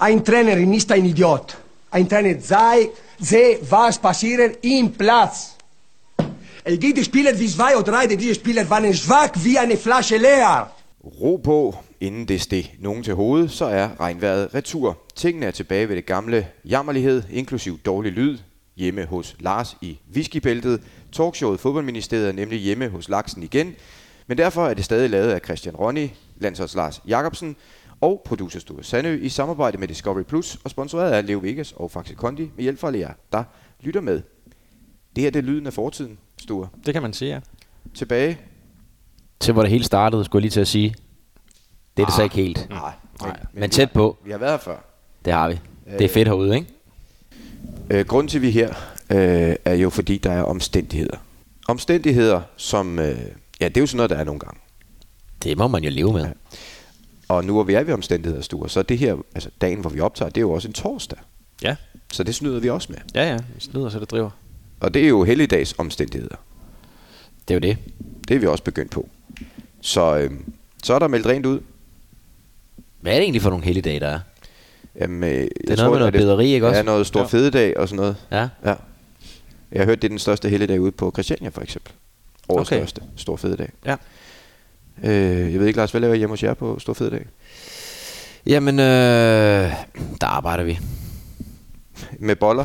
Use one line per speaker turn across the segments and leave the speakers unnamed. Ein Trainer ist ein Idiot. Ein Trainer sei, sehe, was passiert im Platz. Es gibt Spieler wie zwei oder drei, diese Spieler waren schwach wie eine Flasche leer.
Ro på, inden det steg nogen til hovedet, så er regnvejret retur. Tingene er tilbage ved det gamle jammerlighed, inklusiv dårlig lyd, hjemme hos Lars i whiskybæltet. Talkshowet Fodboldministeriet er nemlig hjemme hos Laksen igen, men derfor er det stadig lavet af Christian Ronny, landsholds Lars Jakobsen og producer Sture Sandø i samarbejde med Discovery Plus og sponsoreret af Leo Vegas og Faxe Kondi med hjælp fra jer, der lytter med. Det her det er lyden af fortiden, Sture.
Det kan man sige, ja.
Tilbage.
Til hvor det hele startede, skulle jeg lige til at sige. Det er
Ah.
det så ikke helt.
Nej,
Nej, men tæt på.
Vi har været her før.
Det har vi. Det er fedt herude, ikke?
Øh, grunden til, at vi er her, øh, er jo fordi, der er omstændigheder. Omstændigheder, som... Øh, ja, det er jo sådan noget, der er nogle gange.
Det må man jo leve med.
Og nu hvor vi er ved omstændigheder, Sture, så er det her, altså dagen, hvor vi optager, det er jo også en torsdag.
Ja,
Så det snyder vi også med.
ja, ja. Vi slider, så det driver.
Og det er jo helligdags omstændigheder.
Det er jo det.
Det er vi også begyndt på. Så, øh, så er der meldt rent ud.
Hvad er det egentlig for nogle helligdage, der er?
Jamen, øh, det
noget med noget bederi, ikke
Ja,
også?
noget stor
Ja.
fededag og sådan noget.
Ja.
ja. Jeg har hørt, det er den største helligdag ude på Christiania, for eksempel. Årets
Okay.
okay. største stor fededag.
Ja.
Øh, jeg ved ikke, Lars, hvad laver I hjemme hos jer på stor fededag?
Jamen, øh, der arbejder vi.
Med boller?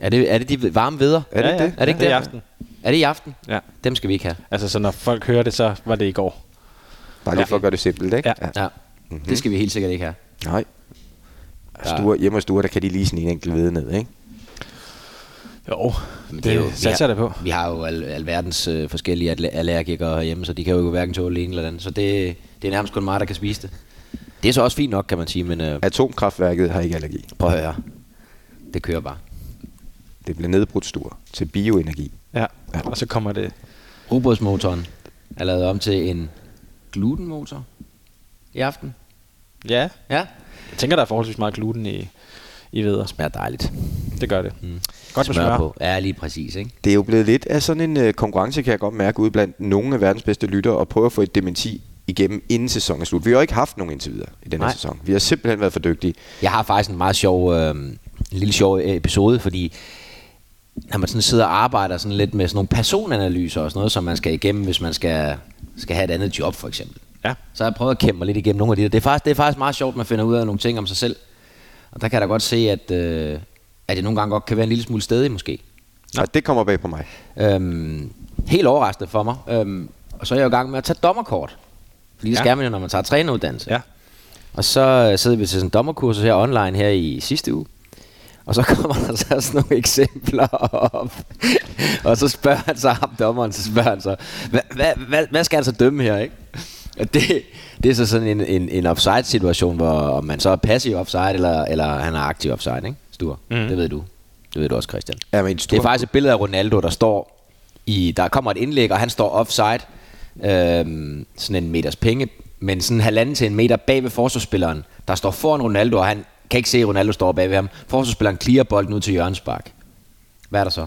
Er det, er det de varme veder?
Er det
ja,
ikke
ja.
det?
Er det ikke
det? er i
det?
aften.
Er det i aften?
Ja.
Dem skal vi ikke have.
Altså, så når folk hører det, så var det i går.
Bare lige for at gøre det simpelt, ikke?
Ja.
Ja. Mm-hmm. Det skal vi helt sikkert ikke have.
Nej. Sture, hjemme hos Sture, der kan de lige sådan en enkelt vide ned, ikke?
Jo,
Men
det,
er
det satser
vi
jeg da
har,
på.
Vi har jo al, alverdens øh, forskellige alle- allergikere herhjemme, så de kan jo hverken tåle det ene eller det andet. Så det, det er nærmest kun mig, der kan spise det. Det er så også fint nok, kan man sige, men øh,
Atomkraftværket har ikke allergi.
prøv at høre. Det kører bare.
Det bliver nedbrudt, Sture, til bioenergi.
Ja.
Ja.
Og så kommer det...
Robotsmotoren er lavet om til en glutenmotor i aften.
Ja.
Ja.
Jeg tænker, der er forholdsvis meget gluten i, i veder.
Smager dejligt.
Det gør det. Mm. Godt med
Smør
smør.
på. Ja, lige præcis, ikke?
Det er jo blevet lidt af sådan en øh, konkurrence, kan jeg godt mærke, ude blandt nogle af verdens bedste lyttere, og prøve at få et dementi igennem inden sæsonen er slut. Vi har jo ikke haft nogen indtil videre i den her
Nej.
sæson. Vi har simpelthen været for dygtige.
Jeg har faktisk en meget sjov, øh, en lille sjov episode, fordi når man sådan sidder og arbejder sådan lidt med sådan nogle personanalyser og sådan noget, som man skal igennem, hvis man skal, skal have et andet job for eksempel.
Ja.
Så har jeg prøvet at kæmpe mig lidt igennem nogle af de der. Det er faktisk, det er faktisk meget sjovt, man finder ud af nogle ting om sig selv. Og der kan jeg da godt se, at, øh, at det nogle gange godt kan være en lille smule stedig måske.
Og det kommer bag på mig.
Øhm, helt overraskende for mig. Øhm, og så er jeg jo i gang med at tage dommerkort. Fordi det
Ja.
ja. skal man jo, når man tager træneruddannelse.
Ja.
Og så øh, sidder vi til sådan en dommerkursus her online her i sidste uge. Og så kommer der så sådan nogle eksempler op. og så spørger han så ham, dommeren, så spørger han så, hvad, hvad, hvad, hvad skal han så dømme her, ikke? Og det, det er så sådan en, en, en offside-situation, hvor om man så er passiv offside, eller, eller han er aktiv offside, ikke? Stur, mm. det ved du. Det ved du også, Christian.
Ja, men Sture-
Det er faktisk et billede af Ronaldo, der står i... Der kommer et indlæg, og han står offside. Øhm, sådan en meters penge. Men sådan halvanden til en meter bag ved forsvarsspilleren, der står foran Ronaldo, og han kan ikke se, at Ronaldo står bag ved ham. Forsvarsspilleren clear bolden ud til Jørgens Bak. Hvad er der så?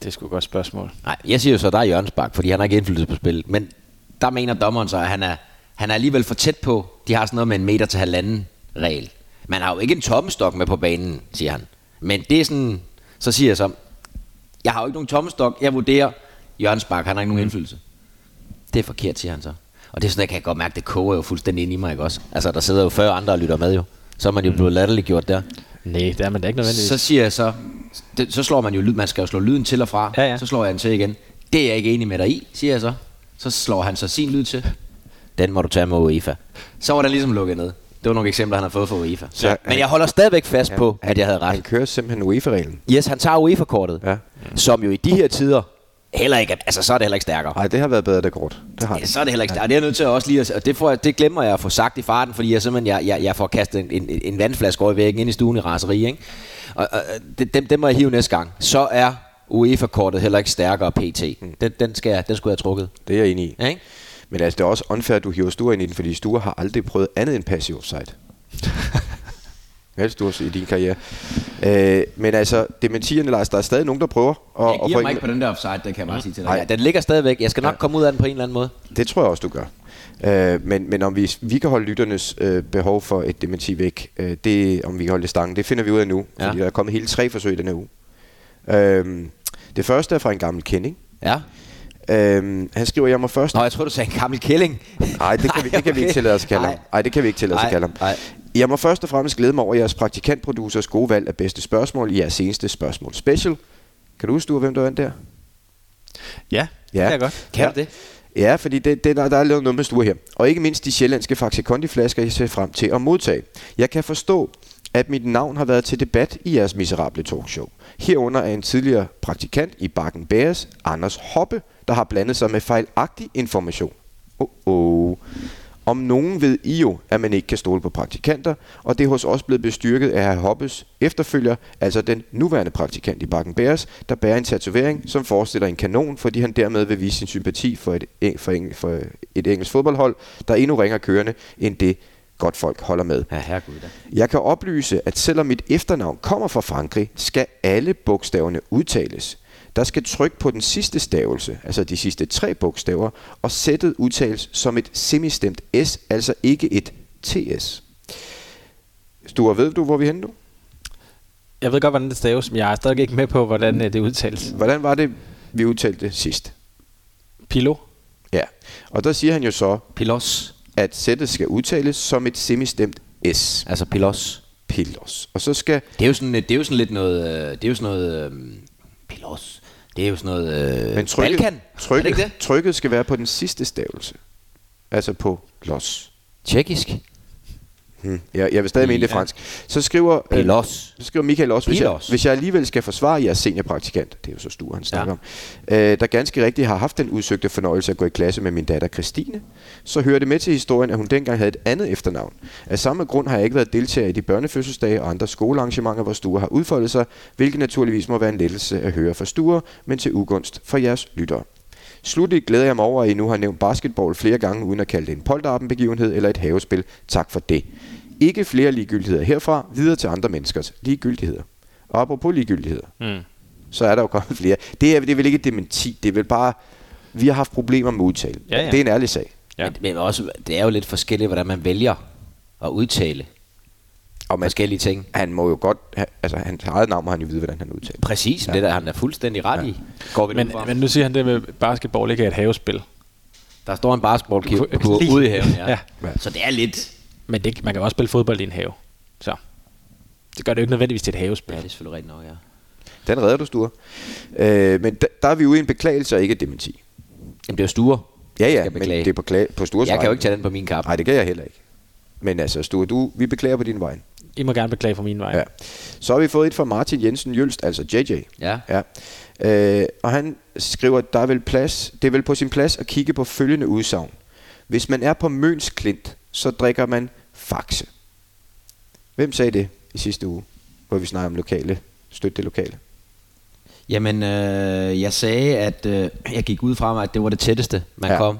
Det er sgu et godt spørgsmål.
Nej, jeg siger jo så, at der er Jørgens Bak, fordi han har ikke indflydelse på spillet. Men der mener dommeren så, at han er, han er alligevel for tæt på. De har sådan noget med en meter til halvanden regel. Man har jo ikke en tommestok med på banen, siger han. Men det er sådan, så siger jeg så, jeg har jo ikke nogen tommestok, jeg vurderer Jørgens Bak, han har ikke nogen indflydelse. Det er forkert, siger han så. Og det er sådan, jeg kan godt mærke, det koger jo fuldstændig ind i mig, ikke også? Altså, der sidder jo 40 andre og lytter med jo. Så er man jo blevet latterliggjort der.
Nej, det er man da ikke nødvendigvis.
Så siger jeg så, det, så slår man jo lyd, man skal jo slå lyden til og fra,
Ja, ja.
så slår jeg den til igen. Det er jeg ikke enig med dig i, siger jeg så. Så slår han så sin lyd til. Den må du tage med UEFA. Så var den ligesom lukket ned. Det var nogle eksempler, han har fået fra UEFA.
Så
Så, Men
han-
jeg holder stadigvæk fast ja, på,
Han-
at jeg havde
Han
ret.
kører simpelthen UEFA-reglen.
Yes, han tager UEFA-kortet,
Ja.
som jo i de her tider heller ikke er, altså så er det heller ikke stærkere.
Nej, det har været bedre, det kort. Det har
Ja,
det.
så er det heller ikke stærkt. Det er jeg nødt til også lige at, og det, får jeg, det glemmer jeg at få sagt i farten, fordi jeg simpelthen jeg, jeg, jeg får kastet en, en, en vandflaske over i væggen ind i stuen i raseri. Ikke? Og, og det, dem, dem, må jeg hive næste gang. Så er UEFA-kortet heller ikke stærkere PT. Den, den, skal, jeg- den skulle jeg have trukket.
Det er jeg enig i.
Ja, ikke?
Men altså, det er også unfair, at du hiver Sture ind i den, fordi Sture har aldrig prøvet andet end passive offside. Hvad er det, Sture, i din karriere? Øh, men altså, dementierne, Lars, der er stadig nogen, der prøver. Og, Mm.
Jeg giver mig ikke på den der offside, det kan jeg bare sige til dig.
Nej.
Ja, den ligger stadigvæk. Jeg skal nok komme ud af den på en eller anden måde.
Det tror jeg også, du gør. Øh, men, men om vi, vi kan holde lytternes øh, behov for et dementi væk, øh, det, om vi kan holde det stangen, det finder vi ud af nu. Ja.
Ja.
Fordi der er kommet hele tre forsøg i denne uge. Øh, det første er fra en gammel kending.
Ja.
Øh, han skriver, jeg må først...
Nå, jeg tror du sagde en gammel kælling.
Nej, det kan, vi, det kan vi ikke tillade os at kalde ham. Nej, det kan vi ikke tillade os at
Nej,
kalde ham.
nej.
Jeg må først og fremmest glæde mig over jeres praktikantproducers gode valg af bedste spørgsmål i jeres seneste spørgsmål special. Kan du huske, du, hvem der vandt der?
Ja, det kan jeg godt.
Kan du det?
Ja, fordi det, det, der, der er lavet noget med stuer her. Og ikke mindst de sjællandske Faxe Kondi-flasker, jeg ser frem til at modtage. Jeg kan forstå, at mit navn har været til debat i jeres miserable talkshow. Herunder er en tidligere praktikant i Bakken Bæres, Anders Hoppe, der har blandet sig med fejlagtig information. Oh, oh. Om nogen ved I jo, at man ikke kan stole på praktikanter, og det er hos os blevet bestyrket af herr Hoppes efterfølger, altså den nuværende praktikant i Bakken Bears, der bærer en tatovering, som forestiller en kanon, fordi han dermed vil vise sin sympati for et, eng- for, eng- for et engelsk fodboldhold, der er endnu ringer kørende end det godt folk holder med.
Ja, herregud da.
Jeg kan oplyse, at selvom mit efternavn kommer fra Frankrig, skal alle bogstaverne udtales. Der skal tryk på den sidste stavelse, altså de sidste tre bogstaver, og sættet udtales som et semistemt S, altså ikke et TS. Sture, ved du, hvor vi er henne nu?
Jeg ved godt, hvordan det staves, men jeg er stadig ikke med på, hvordan øh, det udtales.
Hvordan var det, vi udtalte det sidst?
Pilo?
Ja. Og der siger han jo så,
Pilos.
at sættet skal udtales som et semistemt S.
Altså pilos.
Pilos. Og så skal
Det er jo sådan, det er jo sådan lidt noget... øh, Det er jo sådan noget... øh, Pilos. Det er jo sådan noget... Øh,
Men trykket,
Balkan. Er
Trykket,
det ikke det?
trykket skal være på den sidste stavelse. Altså på los.
Tjekkisk.
Hmm. Jeg, jeg vil stadig mene det er
Ja.
fransk. Så skriver, øh,
Pilos.
så skriver Michael også, hvis jeg,
Pilos.
hvis jeg alligevel skal forsvare jeres seniorpraktikant, det er jo så Sture, han snakker ja. om, øh, der ganske rigtigt har haft den udsøgte fornøjelse at gå i klasse med min datter Christine, så hører det med til historien, at hun dengang havde et andet efternavn. Af samme grund har jeg ikke været deltager i de børnefødselsdage og andre skolearrangementer, hvor Sture har udfoldet sig, hvilket naturligvis må være en lettelse at høre fra Sture, men til ugunst for jeres lyttere. Slutligt glæder jeg mig over, at I nu har nævnt basketball flere gange, uden at kalde det en polterappenbegivenhed eller et havespil. Tak for det. Ikke flere ligegyldigheder herfra, videre til andre menneskers ligegyldigheder. Og apropos ligegyldigheder, mm. så er der jo kommet flere. Det er, det er vel ikke et dementi, det er vel bare, vi har haft problemer med udtale.
Ja, ja.
Det er en ærlig sag.
Ja.
Ja. Men, men også, det er jo lidt forskelligt, hvordan man vælger at udtale
Og man,
forskellige ting.
han må jo godt, ha- altså hans eget navn må han jo vide, hvordan han udtaler.
Præcis, ja. det der han er fuldstændig ret ja. i. Går vi
Men,
men,
men nu siger han det med basketball ikke er et havespil.
der står en basketballklub
Kunne- lige-
ude i haven, ja.
Ja.
ja. Så det er lidt...
Men det, man kan jo også spille fodbold i en have. Så det gør det jo ikke nødvendigvis til et havespil.
Ja, det er selvfølgelig rigtigt nok, ja.
Den redder du, Sture. Øh, men da, der er vi ude i en beklagelse og ikke et dementi.
Jamen, det er jo stuer.
Ja, ja,
Skal
men
beklage.
det er på, kla- på Stures
Jeg kan jo
vegne.
ikke tage den på min kappe.
Nej, det kan jeg heller ikke. Men altså, Sture, du, vi beklager på din vej.
I må gerne beklage for min vej.
Ja. Så har vi fået et fra Martin Jensen Jølst, altså JJ.
Ja.
ja. Øh, og han skriver, at der er vel plads, det er vel på sin plads at kigge på følgende udsagn. Hvis man er på Møns Klint, så drikker man faxe. Hvem sagde det i sidste uge, hvor vi snakker om lokale, støtte det lokale?
Jamen, øh, jeg sagde, at øh, jeg gik ud fra mig, at det var det tætteste, man
Ja.
ja. kom.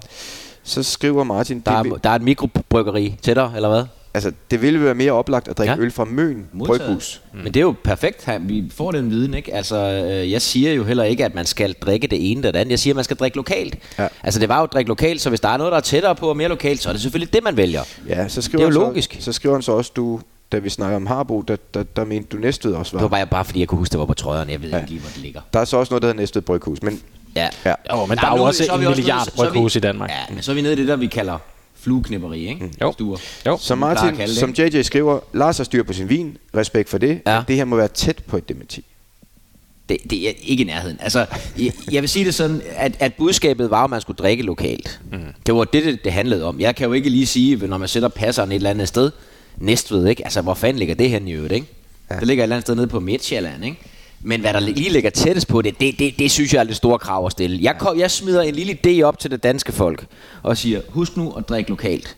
Så skriver Martin,
Der
det,
er,
vil,
der er et mikrobryggeri tættere, eller hvad?
altså, det ville være mere oplagt at drikke ja.
Ja.
øl fra Møn Bryghus.
Mm. Men det er jo perfekt. her. Vi får den viden, ikke? Altså, øh, jeg siger jo heller ikke, at man skal drikke det ene eller det andet. Jeg siger, at man skal drikke lokalt.
Ja.
Altså, det var jo at drikke lokalt, så hvis der er noget, der er tættere på og mere lokalt, så er det selvfølgelig det, man vælger.
Ja, så
Det
skriver
er jo
han
logisk.
Så, så skriver han så også, du, da vi snakker om Harbo, der, der, der mente du Næstved også var.
Det var bare, bare fordi, jeg kunne huske, det var på trøjerne. Jeg ved ja. ikke lige, hvor det ligger.
Der er så også noget, der hedder Næstved Bryghus, men
Ja.
Ja.
Jo, men
Nej,
der er jo
nu-
også
så er
en
vi også
milliard
nede- så er vi-
bryghus i Danmark.
Ja, men så er vi nede i det, der vi kalder flueknipperi, ikke?
Jo.
Stuer.
Jo.
Som
man plejer at
Martin,
kalde det,
som JJ skriver, Lars har styr på sin vin. Respekt for det.
Ja.
Det her må være tæt på et dementi.
Det, det er ikke i nærheden. Altså, jeg, jeg vil sige det sådan, at, at budskabet var, at man skulle drikke lokalt. Mm. Det var det, det, det handlede om. Jeg kan jo ikke lige sige, når man sætter passeren et eller andet sted, Næstved, ikke? Altså, hvor fanden ligger det henne i øvrigt, ikke?
Ja.
Ja. Det ligger et eller andet sted nede på Midtjylland, ikke? Men hvad der lige ligger tættest på det, det, det, det synes jeg er lidt store krav at stille. Jeg, kom, jeg smider en lille idé op til det danske folk og siger, husk nu at drikke lokalt.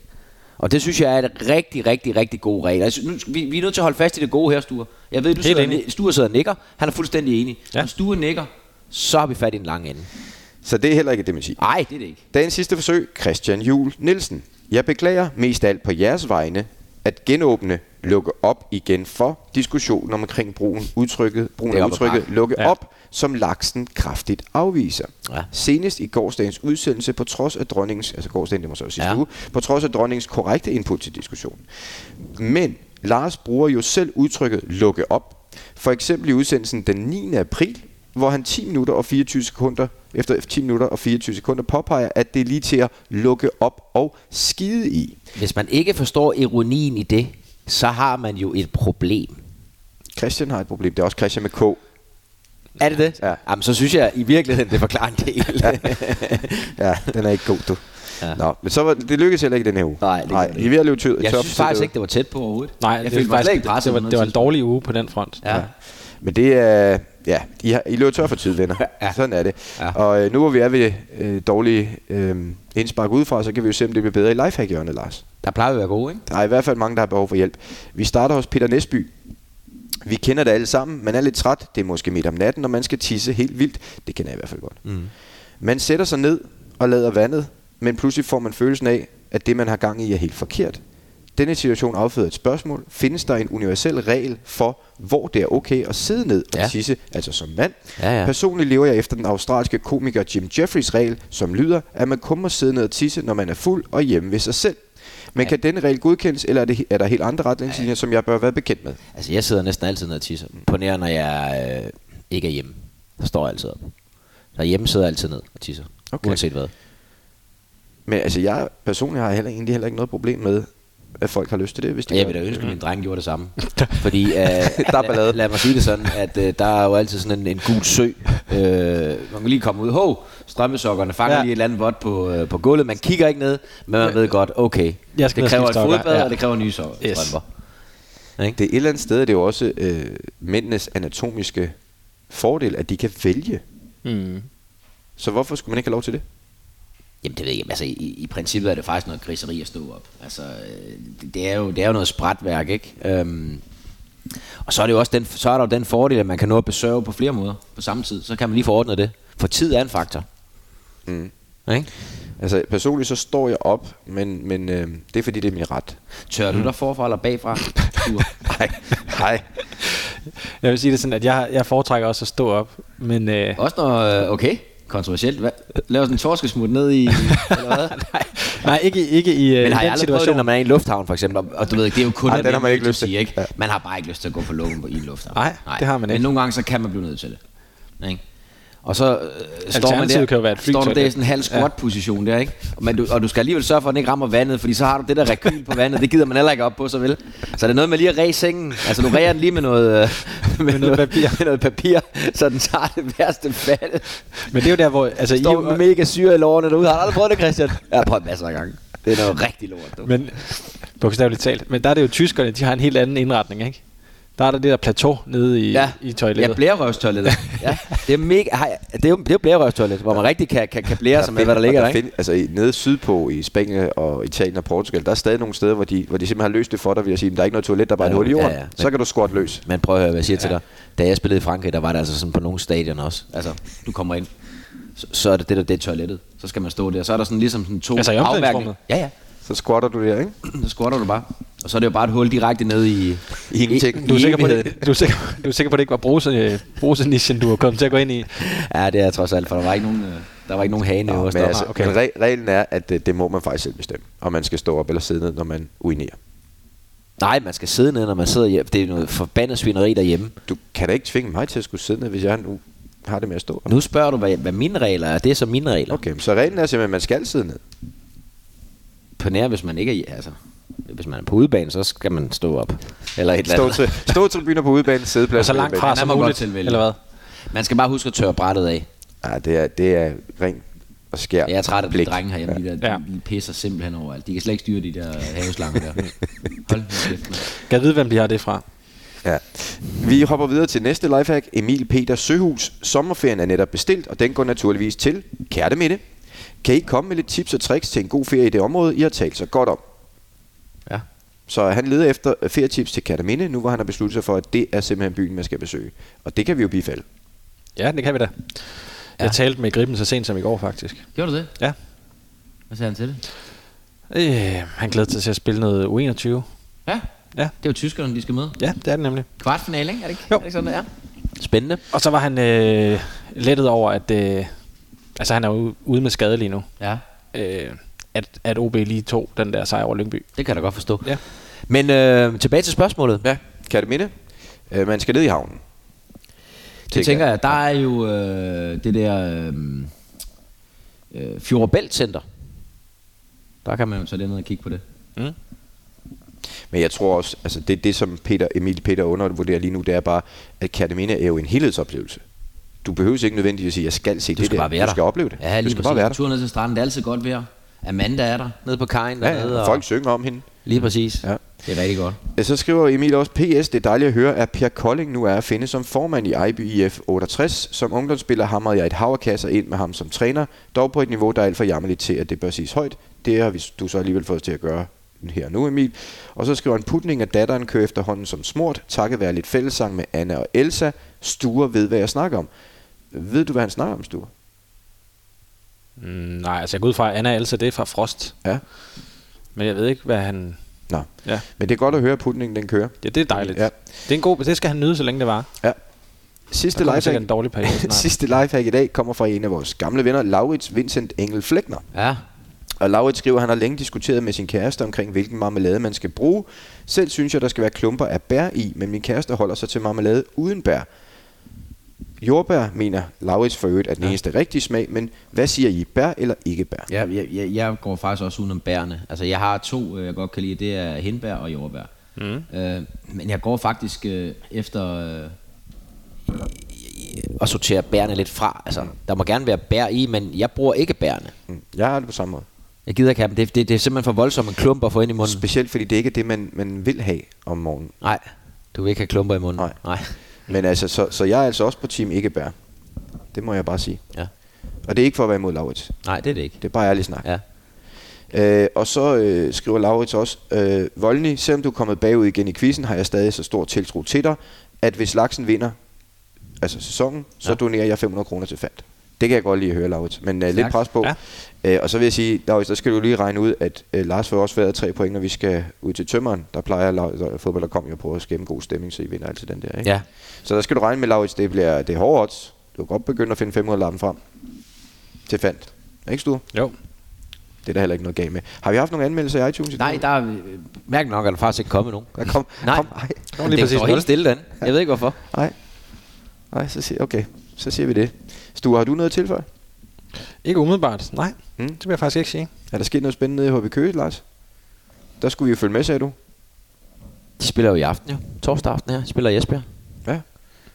Og det synes jeg er et rigtig, rigtig, rigtig god regel. Altså, nu, vi, vi er nødt til at holde fast i det gode her, Sture. Jeg ved, du
Helt
sidder,
enig.
ni- Sture sidder og nikker. Han er fuldstændig enig.
Ja.
Ja. Når Sture nikker, så har vi fat i den lange ende.
Så det er heller ikke et dementi.
Nej, det er det ikke.
Dagens sidste forsøg, Christian Jul Nielsen. Jeg beklager mest af alt på jeres vegne, at genåbne, lukke op igen for diskussionen omkring brugen, udtrykket, brugen
Det er
af
op ad
udtrykket,
bakke.
lukke
Ja.
ja. op, som laksen kraftigt afviser.
Ja.
Senest i gårsdagens udsendelse, på trods af dronningens, altså gårsdagen, det må så være sidste
Ja.
ja. uge, på trods af dronningens korrekte input til diskussionen. Men Lars bruger jo selv udtrykket lukke op. For eksempel i udsendelsen den 9. april, hvor han 10 minutter og 24 sekunder, efter 10 minutter og 24 sekunder påpeger, at det er lige til at lukke op og skide i.
Hvis man ikke forstår ironien i det, så har man jo et problem.
Christian har et problem. Det er også Christian med K.
Er det det?
Ja.
Jamen, så synes jeg i virkeligheden, det forklarer en del.
Ja, den er ikke god, du.
Ja.
Ja. Nå, men så var, det lykkedes heller ikke den her uge.
Nej, det gør
Nej
det
vi
ikke.
er ved at løbe tød.
jeg
tør
synes
for
faktisk
tiden.
ikke, det var tæt på overhovedet.
Nej,
jeg
det,
følte
var
mig slet
faktisk,
ikke
det,
presset. på
det, var,
noget
det var en
tidspunkt.
dårlig uge på den front.
Ja.
Men det er... Ja, I, har, I løber tør for tid, venner.
Ja.
Ja. Sådan er det.
Ja.
Ja. Og øh, nu hvor vi er ved øh, dårlige øh, indspark udefra, så kan vi jo se, om det bliver bedre i lifehack-hjørnet, Lars.
Der plejer jo at være gode, ikke?
Der er i hvert fald mange, der har behov for hjælp. Vi starter hos Peter Næsby. Vi kender det alle sammen. Man er lidt træt. Det er måske midt om natten, og man skal tisse helt vildt. Det kender jeg i hvert fald godt. Mm. Man sætter sig ned og lader vandet, men pludselig får man følelsen af, at det, man har gang i, er helt forkert. Denne situation afføder et spørgsmål. Findes der en universel regel for, hvor det er okay at sidde ned og
Ja.
ja. tisse, altså som mand?
Ja, ja.
Personligt lever jeg efter den australske komiker Jim Jeffries regel, som lyder, at man kun må sidde ned og tisse, når man er fuld og hjemme ved sig selv. Men kan denne regel godkendes, eller er, det, er der helt andre retningslinjer, som jeg bør være bekendt med?
Altså, jeg sidder næsten altid ned og tisser. På nær, Mm. når jeg øh, ikke er hjemme. Så står jeg altid op. Så hjemme sidder jeg altid ned og tisser. Okay.
Okay.
Uanset hvad.
Men altså, jeg personligt har heller, egentlig heller ikke noget problem med, at folk har lyst til det, hvis de
Og jeg
gør
vil da
det.
ønske, at min dreng gjorde det samme. Fordi, øh, der
er ballade.
Lad, lad mig sige det sådan, at øh, der er jo altid sådan en, en gul sø. Øh, man kan lige komme ud. Hov, strømmesokkerne fanger ja.
Ja.
lige et eller andet vådt på, øh, på gulvet. Man kigger ikke ned, men man ved godt, okay.
Jeg skal ned
det
og
kræver et
skifte sokker,
fodbad, ja.
ja.
og det kræver nye sokker.
Yes.
Yes.
Det er et eller andet sted, er det er jo også øh, mændenes anatomiske fordel, at de kan vælge.
Mm.
Så hvorfor skulle man ikke have lov til det?
Jamen det ved jeg ikke. altså i, i princippet er det faktisk noget griseri at stå op. Altså øh, det- det er jo, det er jo noget sprætværk, ikke? Øhm, og så er, det jo også den, så er der jo den fordel, at man kan nå at besøge på flere måder på samme tid. Så kan man lige få ordnet det. For tid er en faktor. Mm. Ikke?
Altså, personligt så står jeg op, men, men øh, det er fordi, det er min ret.
Tør du der forfra eller bagfra? Ur.
Nej, nej.
Jeg vil sige det sådan, at jeg, jeg foretrækker også at stå op, men... Øh,
også når, øh, okay, kontroversielt. Hvad? Laver sådan en torskesmut ned i, eller hvad?
nej, nej, ikke, i- ikke i øh,
Men har jeg
den
aldrig prøvet
situation.
det, når man er i en lufthavn for eksempel? Og- Og du ved ikke, det er jo kun...
Ej,
at
den har man
det er
ikke lyst til.
sige, Ikke?
Ja.
Man har bare ikke lyst til at gå for lågen på i en lufthavn.
Nej, det har man
Men
ikke.
nogle gange, så kan man blive nødt til det. Ikke? Og så øh, står man der,
Alternativet kan jo være et
står du der i
flytoilet.
sådan en halv squat-position der, ikke? Og, men du, og du skal alligevel sørge for, at den ikke rammer vandet, fordi så har du det der rekyl på vandet, det gider man heller ikke op på, så vel. Så er det noget med lige at ræse sengen. Altså, du ræger den lige med noget, øh, med, med
noget papir.
med noget papir, så den tager det værste fald.
Men det er jo der, hvor... Altså, I,
Står med mega syre i lårene derude. Har du aldrig prøvet det, Christian? Jeg har prøvet masser af gange. Det er noget rigtig lort. Du.
Men, bogstaveligt talt. Men der er det jo tyskerne, de har en helt anden indretning, ikke? Der er der det der plateau nede i, ja. i toilettet.
Ja, blærerøvstoilettet. ja, det er mega, hej, det er jo, det er jo blærerøvstoilet, hvor man rigtig kan, kan, kan blære sig med, hvad der ligger der, ikke?
Find, altså i- nede sydpå i Spanien og Italien og Portugal, der er stadig nogle steder, hvor de, hvor de simpelthen har løst det for dig, vil jeg sige, men der er ikke noget toilet, der bare er
Ja,
et hul i
ja,
jorden.
ja.
Så kan du squat løs.
Men prøv at høre, hvad jeg siger ja. til dig. Da jeg spillede i Frankrig, der var det altså sådan på nogle stadion også. Altså, du kommer ind, så, så er det det der, det er toilettet. Så skal man stå der. Så er der sådan ligesom sådan to
Altså i
afmærkninger.
omklædningsrummet?
Ja, ja.
Så squatter du der, ikke?
Så squatter du bare. Og så er det jo bare et hul direkte ned i...
I ingenting.
i-
Du er,
i
sikker på,
evigheden.
det, du, er sikker, du er sikker på, at det ikke var bruse, brusenischen, du var kommet til at gå ind i?
Ja, det er jeg trods alt, for der var ikke nogen, øh, der var ikke nogen hane
Nå,
øverst
men
op.
altså,
Ah,
okay.
okay.
men re- reglen er, at øh, det, det må man faktisk selv bestemme, om man skal stå op eller sidde ned, når man urinerer.
Nej, man skal sidde ned, når man sidder hjemme. Det er noget forbandet svineri derhjemme.
Du kan da ikke tvinge mig til at skulle sidde ned, hvis jeg nu har det med at stå. op.
Nu spørger du, hvad, hvad mine regler er. Det er så mine regler.
Okay, men så reglen er simpelthen, at man skal sidde ned.
På nær, hvis man ikke er... Altså, hvis man er på udebane, så skal man stå op. Eller et eller
Stå,
andet.
til, stå tribuner på udebane,
Og
siddeplads
så
på
langt
udebane.
fra
Han er
som
mig godt
muligt,
tilvælge.
eller hvad?
Man skal bare huske at tørre brættet af.
Ja, Ah, det er, det er rent og skær.
Jeg er træt af de
blik.
drenge herhjemme. De, der,
Ja.
de pisser simpelthen over alt. De kan slet ikke styre de der haveslanger der. Hold nu kæft. mand.
Kan jeg vide, hvem de har det fra?
Ja. Vi hopper videre til næste lifehack. Emil Peter Søhus. Sommerferien er netop bestilt, og den går naturligvis til Kærteminde. Kan I komme med lidt tips og tricks til en god ferie i det område, I har talt så godt om?
Ja.
Så han leder efter ferietips til Kærteminde, nu hvor han har besluttet sig for, at det er simpelthen byen, man skal besøge. Og det kan vi jo bifalde.
Ja, det kan vi da. Ja.
Ja.
Jeg talte med Griben så sent som i går, faktisk.
Gjorde du det?
Ja.
Hvad sagde han til det?
Øh, han glæder sig til at spille noget U21.
Ja.
Ja.
ja. Det er jo tyskerne, de skal møde.
Ja, det er det nemlig.
Kvartfinale, ikke? Er det ikke,
Jo.
er det ikke sådan, det er?
Spændende.
Og så var han øh, lettet over, at... Øh, altså, han er jo ude med skade lige nu.
Ja.
Øh, at, at OB lige tog den der sejr over Lyngby.
Det kan jeg da godt forstå.
Ja.
Men øh, tilbage til spørgsmålet.
Ja, kan det minde? Øh, man skal ned i havnen.
Det tænker jeg,
Der er jo øh, det der øh,
øh, Fjordbælt Center.
Der kan man jo så ned og kigge på det.
Men jeg tror også, altså det, det som Peter, Emil Peter undervurderer lige nu, det er bare, at Katamina er jo en helhedsoplevelse. Du behøver ikke nødvendigvis at sige, jeg skal se
Du
det
skal
der.
bare være
du
der.
skal opleve det.
Ja,
du
lige
skal bare være der.
Turen ned til stranden, det er altid godt vejr. Amanda er der.
Nede på kajen
Ja,
dernede.
ja, folk synger om hende.
Lige præcis.
Ja.
Det er rigtig godt.
Ja, Så skriver Emil også, PS, det er dejligt at høre, at Per Kolding nu er at finde som formand i Ejby IF 68. Som ungdomsspiller hamrede jeg et hav af kasser ind med ham som træner, dog på et niveau, der er alt for jammerligt til, at det bør siges højt. Det har vi, du så alligevel fået os til at gøre her nu, Emil. Og så skriver han, putning af datteren kører efterhånden som smurt, takket være lidt fællesang med Anna og Elsa. Sture ved, hvad jeg snakker om. Ved du, hvad han snakker om, Sture?
Mm, nej, altså jeg går ud fra, at Anna Elsa, det er fra Frost.
Ja.
Men jeg ved ikke, hvad han...
Nå.
Ja.
Men det er godt at høre, at putningen den kører.
Ja, det er dejligt.
Ja.
Det, er en god, det skal han nyde, så længe det var.
Ja.
Der
Sidste
kommer sikkert
lifehack.
en dårlig periode snart.
Sidste lifehack i dag kommer fra en af vores gamle venner, Laurits Vincent Engel Flækner.
Ja.
Og Laurits skriver, at han har længe diskuteret med sin kæreste omkring, hvilken marmelade man skal bruge. Selv synes jeg, der skal være klumper af bær i, men min kæreste holder sig til marmelade uden bær. Jordbær, mener Laurits for øvrigt, er den eneste rigtige smag, men hvad siger I, bær eller ikke bær?
Ja, jeg, jeg, jeg går faktisk også udenom bærene. Altså, jeg har to, øh, jeg godt kan lide. Det er hindbær og jordbær. Mm. Øh, men jeg går faktisk øh, efter... Øh,
Og sortere bærene lidt fra. Altså, der må gerne være bær i, men jeg bruger ikke bærene.
Mm. Jeg har det på samme måde.
Jeg gider ikke have dem. Det, det, det er simpelthen for voldsomt en klump at få ind i munden.
Specielt fordi det ikke er det, man, man vil have om morgenen.
Nej, du vil ikke have klumper i munden.
Mm, Nej.
Nej.
Men altså, så, så jeg er altså også på team ikke bær. Det må jeg bare sige.
Ja.
Og det er ikke for at være imod Laurits.
Nej, det er det ikke.
Det er bare ærlig snak.
Ja.
Øh, og så øh, skriver Laurits også, øh, Voldny, selvom du er kommet bagud igen i quizzen, har jeg stadig så stor tiltro til dig, at hvis Laksen vinder altså sæsonen, så ja. donerer jeg 500 kroner til fandt. Det kan jeg godt lide at høre, Laurits. Men øh, lidt pres på.
Ja.
Ja. Øh, og så vil jeg sige, Laurits, der skal du lige regne ud, at øh, Lars får også været tre point, når vi skal ud til tømmeren. Der plejer Laurits, og fodbold at komme jo på at skabe en god stemning, så I vinder altid den der. Ikke?
Ja.
Så der skal du regne med, Laurits, det bliver det er hårde odds. Du kan godt begynde at finde 500 lappen frem til fandt. Ikke, Sture?
Jo.
Det er der heller ikke noget galt med. Har vi haft nogle anmeldelser i iTunes? i
Nej,
dag?
der er øh, mærkeligt nok, at der faktisk ikke kommet nogen.
Der kom,
Nej.
Kom, nej.
Kom lige det
præcis
står
nul.
helt stille den. Jeg ved ikke hvorfor.
Nej. Nej, så siger, okay. Så siger vi det. Stue, har du noget at tilføje?
Ikke umiddelbart, nej.
Mm.
Hmm.
Mm. Det vil jeg faktisk ikke sige.
Er der sket noget spændende nede i HB Køge, Lars? Der skulle vi jo følge med, sagde du.
De spiller jo i aften jo. Torsdag aften her. De spiller i Esbjerg.
Ja.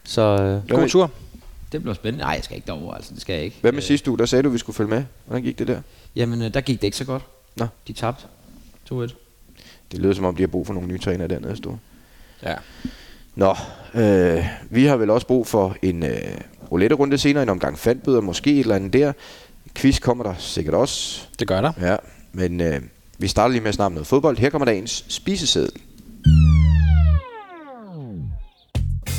Så øh,
Hvad
God
med-
tur.
det bliver spændende. Nej, jeg skal ikke derover, altså. Det skal jeg ikke.
Hvad med
Øh,
sidste uge? Der sagde du, vi skulle følge med. Hvordan gik det der?
Jamen, øh, der gik det ikke så godt.
Nå.
De tabte 2-1.
Det lyder som om, de har brug for nogle nye trænere dernede, Stue.
Ja.
Nå, øh, vi har vel også brug for en øh, roulette-runde senere, en omgang fandbøder, måske et eller andet der. Quiz kommer der sikkert også.
Det gør der.
Ja, men øh, vi starter lige med at snakke om noget fodbold. Her kommer dagens spiseseddel.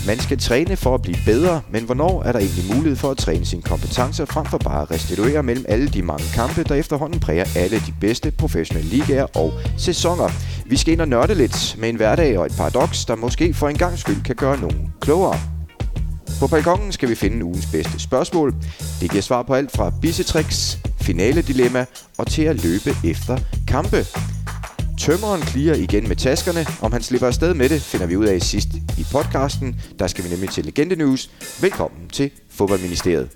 Man skal træne for at blive bedre, men hvornår er der egentlig mulighed for at træne sine kompetencer frem for bare at restituere mellem alle de mange kampe, der efterhånden præger alle de bedste professionelle ligaer og sæsoner? Vi skal ind og nørde lidt med en hverdag og et paradoks, der måske for en gang skyld kan gøre nogen klogere. På balkongen skal vi finde ugens bedste spørgsmål. Det giver svar på alt fra bissetricks, finaledilemma og til at løbe efter kampe. Tømmeren klirer igen med taskerne. Om han slipper afsted med det, finder vi ud af sidst i podcasten. Der skal vi nemlig til Legende News. Velkommen til Fodboldministeriet.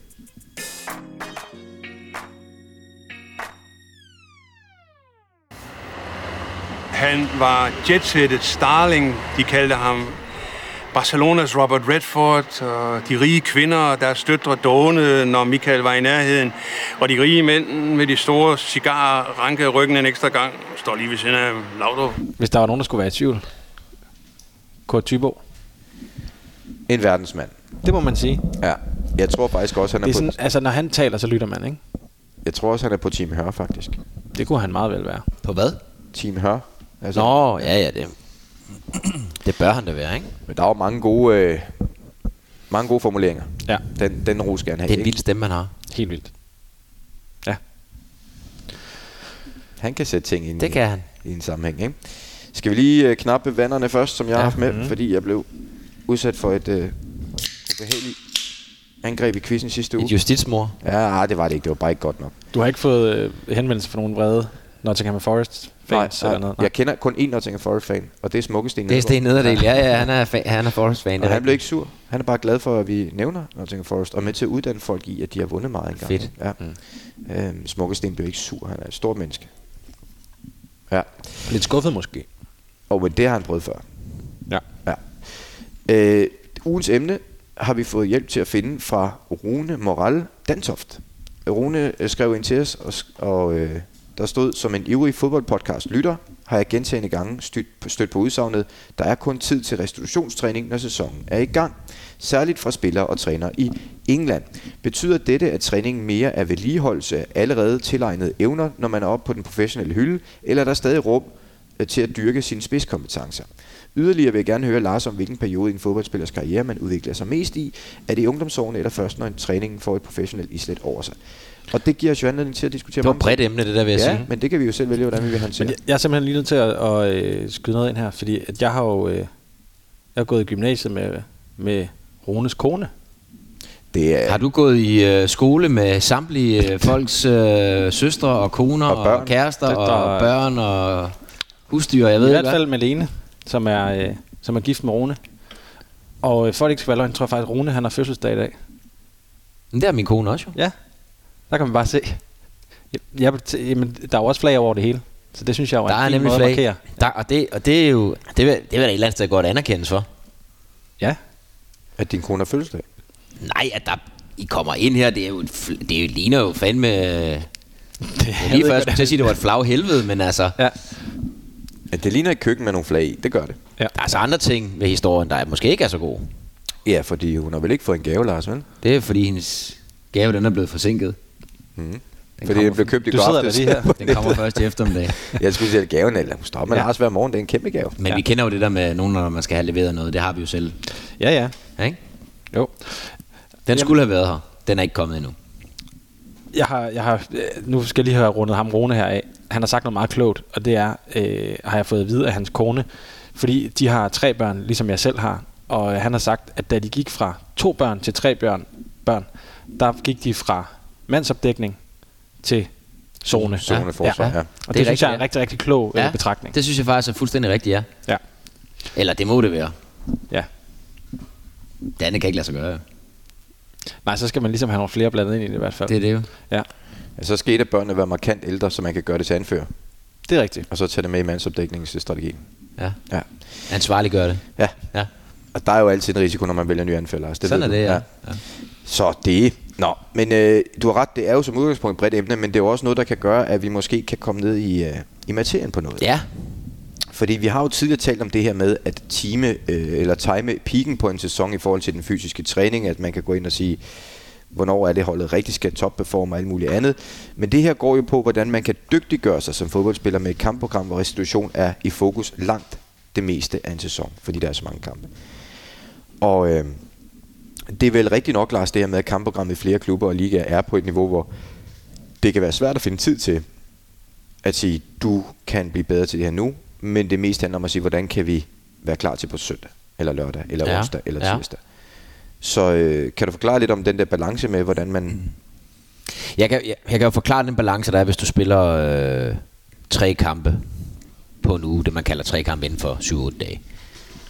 Han var jetsettet Starling, de kaldte ham. Barcelonas Robert Redford og de rige kvinder og deres døtre dånede, når Michael var i nærheden. Og de rige mænd med de store cigarer rankede ryggen en ekstra gang. Står lige ved siden af Laudrup.
Hvis der var nogen, der skulle være i tvivl. Kurt Thybo.
En verdensmand.
Det må man sige.
Ja. Jeg tror faktisk også, han
Det
er,
er
på,
sådan, altså, når han taler, så lytter man, ikke?
jeg tror også, han er på Team Hør, faktisk.
Det kunne han meget vel være.
på hvad?
Team Hør. Altså,
Nå, ja, ja, det, det bør han da være, ikke?
Men der er jo mange gode, øh, mange gode formuleringer.
Ja.
Den, den ros skal han have.
Det er en
ikke?
vild stemme, han har.
Helt vildt.
Han kan sætte ting ind
Det
i,
kan han.
i en sammenhæng. Ikke? Skal vi lige øh, knappe vanderne først, som jeg ja. har haft
Mhm.
med, mm. fordi jeg blev udsat for et øh, ubehageligt angreb i quizzen sidste uge.
Et justitsmor.
Ja, ah, det var det ikke. Det var bare ikke godt nok.
Du har ikke fået øh, henvendelse fra nogen vrede Nottingham Forest fans
nej,
eller noget?
Jeg kender kun én Nottingham Forest-fan, og det er Smukkesten.
Det er Sten Nederdel. Ja, ja, han er, fa- han er Forest-fan.
Og han blev ikke sur. Han er bare glad for, at vi nævner Nottingham Forest, og er med til at uddanne folk i, at de har vundet meget engang.
Fedt.
Ja. Mm. Øhm, Smukkesten blev ikke sur. Han er et stort menneske. Ja.
Lidt skuffet måske.
Og men det har han prøvet før.
Ja.
Ja. Øh, ugens emne har vi fået hjælp til at finde fra Rune Moral Dantoft. Rune øh, skrev ind til os, og, sk- og øh, der stod, som en ivrig fodboldpodcast lytter, har jeg gentagende gange stødt på, stødt på udsagnet, der er kun tid til restitutionstræning, når sæsonen er i gang. Særligt fra spillere og trænere i England. Betyder dette, at træningen mere er vedligeholdelse af allerede tilegnede evner, når man er oppe på den professionelle hylde, eller er der stadig rum øh, til at dyrke sine spidskompetencer. Yderligere vil jeg gerne høre Lars om, hvilken periode i en fodboldspillers karriere man udvikler sig mest i. Er det i ungdomsårene eller først, når en træning får et professionelt islet over sig? Og det giver os jo anledning til at diskutere
Det var et
mange
bredt emne, det der, vil jeg
Ja,
sige.
men det kan vi jo selv vælge, hvordan vi vil
Men
håndtere.
jeg, jeg er simpelthen lige nødt til at, at øh, skyde noget ind her, fordi at jeg har jo øh, jeg har gået i gymnasiet med, med Rones kone.
Det er
Har du gået i øh, skole med samtlige øh, folks øh, søstre og koner
Og
og,
børn.
og kærester
Døtre og-
og børn og husdyr, og jeg ved
I
ikke
hvert
hvad?
fald Malene, som er, øh, som er gift med Rune. Og øh, for at det ikke skal være løgn, tror jeg faktisk, at Rune han har fødselsdag i dag.
Men det er min kone også jo.
Ja, der kan man bare se. Jeg, jeg, t- jamen, der er jo også flag over det hele. Så det synes jeg jo er
Der
en
er
fin
nemlig
måde at
flag.
markere.
Der, og, det, og det er jo, det vil, det vil da et eller andet sted godt anerkendes for.
Ja,
at din kone har fødselsdag.
Nej, at der, I kommer ind her, det, er jo, et fl- det er jo, ligner jo fandme... Det er lige
ikke,
først til at sige, det var et flag helvede, men altså,
ja.
At det ligner et køkken med nogle flag i, det gør det.
der er så andre ting ved historien, der måske ikke er så gode.
Ja, fordi hun har vel ikke fået en gave, Lars, vel?
Det er fordi hendes gave, den er blevet forsinket.
Den fordi den blev købt i
Du
går
sidder
aftes.
der lige her.
Den kommer først i eftermiddag.
Jeg skulle sige, at gaven er, lad stop med ja.
Ja.
Lars hver morgen, det er en kæmpe gave.
Men ja. vi kender jo det der med nogen, når man skal have leveret noget. Det har vi jo selv.
Ja, ja.
Ja, Ikke?
Jo.
Den skulle have været her. Den er ikke kommet endnu.
Jeg har, jeg har, øh, nu skal jeg lige have rundet ham Rune her af. Han har sagt noget meget klogt, og det er, øh, har jeg fået at vide af hans kone, fordi de har tre børn, ligesom jeg selv har. Og øh, han har sagt, at da de gik fra to børn til tre børn, børn der gik de fra mandsopdækning til zone.
Zoneforsvar, ja.
Og det, det
rigtigt,
synes jeg er en
ja.
rigtig, rigtig klog ja.
Ja,
betragtning.
det synes jeg faktisk er fuldstændig rigtigt, ja.
Ja.
Eller det må det være.
ja.
Det andet kan ikke lade sig gøre. jo.
Nej, så skal man ligesom have nogle flere blandet ind i det i hvert fald.
Det er det jo.
Ja,
Ja, Altså, Så skal et af børnene være markant ældre, så man kan gøre det til anfører.
det er rigtigt.
Og så tage det med i mandsopdækningsstrategien.
Ja.
Ja.
Ansvarlig gør det.
ja.
Ja.
Og der er jo altid en risiko, når man vælger en ny anfører, Lars. Det
Sådan
ved
er
du.
det, ja. ja.
Så det. Nå, men øh, du har ret, det er jo som udgangspunkt et bredt emne, men det er jo også noget, der kan gøre, at vi måske kan komme ned i, øh, i materien på noget.
Ja.
Fordi vi har jo tidligere talt om det her med at time øh, eller time piken på en sæson i forhold til den fysiske træning, at man kan gå ind og sige, hvornår er det holdet rigtig skal topperforme og alt muligt andet. Men det her går jo på, hvordan man kan dygtiggøre sig som fodboldspiller med et kampprogram, hvor restitution er i fokus langt det meste af en sæson, fordi der er så mange kampe. Og øh, det er vel rigtigt nok, Lars, det her med, at kampprogrammet i flere klubber og ligaer er på et niveau, hvor det kan være svært at finde tid til at sige, du kan blive bedre til det her nu, men det mest handler om at sige, hvordan kan vi være klar til på søndag, eller lørdag, eller ja.
Ja,
onsdag, eller
ja.
tirsdag. Så øh, kan du forklare lidt om den der balance med, hvordan man...
Jeg kan, jeg, jeg kan jo forklare den balance, der er, hvis du spiller øh, tre kampe på en uge, det man kalder tre kampe inden for 7-8 dage.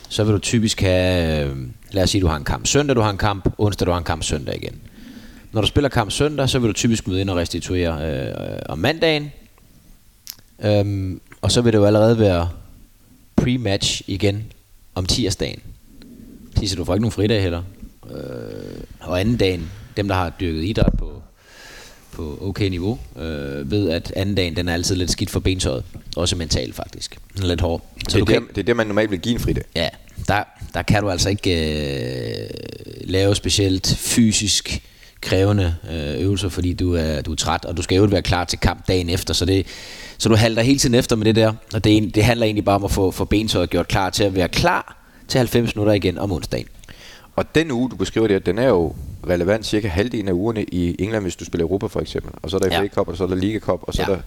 Så vil du typisk have, øh, lad os sige, du har en kamp søndag, du har en kamp onsdag, du har en kamp søndag igen. Når du spiller kamp søndag, så vil du typisk møde ind og restituere øh, om mandagen. Øhm, og så vil det jo allerede være pre-match igen om tirsdagen. Tirsdag, du får ikke nogen fridag heller. Øh, og anden dagen, dem der har dyrket idræt på, på okay niveau, øh, ved at anden dagen, den er altid lidt skidt for bentøjet. Også mentalt faktisk. Den er lidt hård.
Så det, er
kan
der,
ikke-
det er der, man normalt vil give en fridag.
Ja, der, der kan du altså ikke øh, lave specielt fysisk krævende øh, øvelser, fordi du er, du er træt, og du skal jo være klar til kamp dagen efter, så, det, så du halter hele tiden efter med det der, og det, er en- det handler egentlig bare om at få, få bentøjet gjort klar til at være klar til 90 minutter igen om onsdagen.
Og den uge, du beskriver der, den er jo relevant cirka halvdelen af ugerne i England, hvis du spiller Europa for eksempel. Og så er der
Ja.
FA Cup, og så er der Liga Cup, og så ja.
Ja.
er der...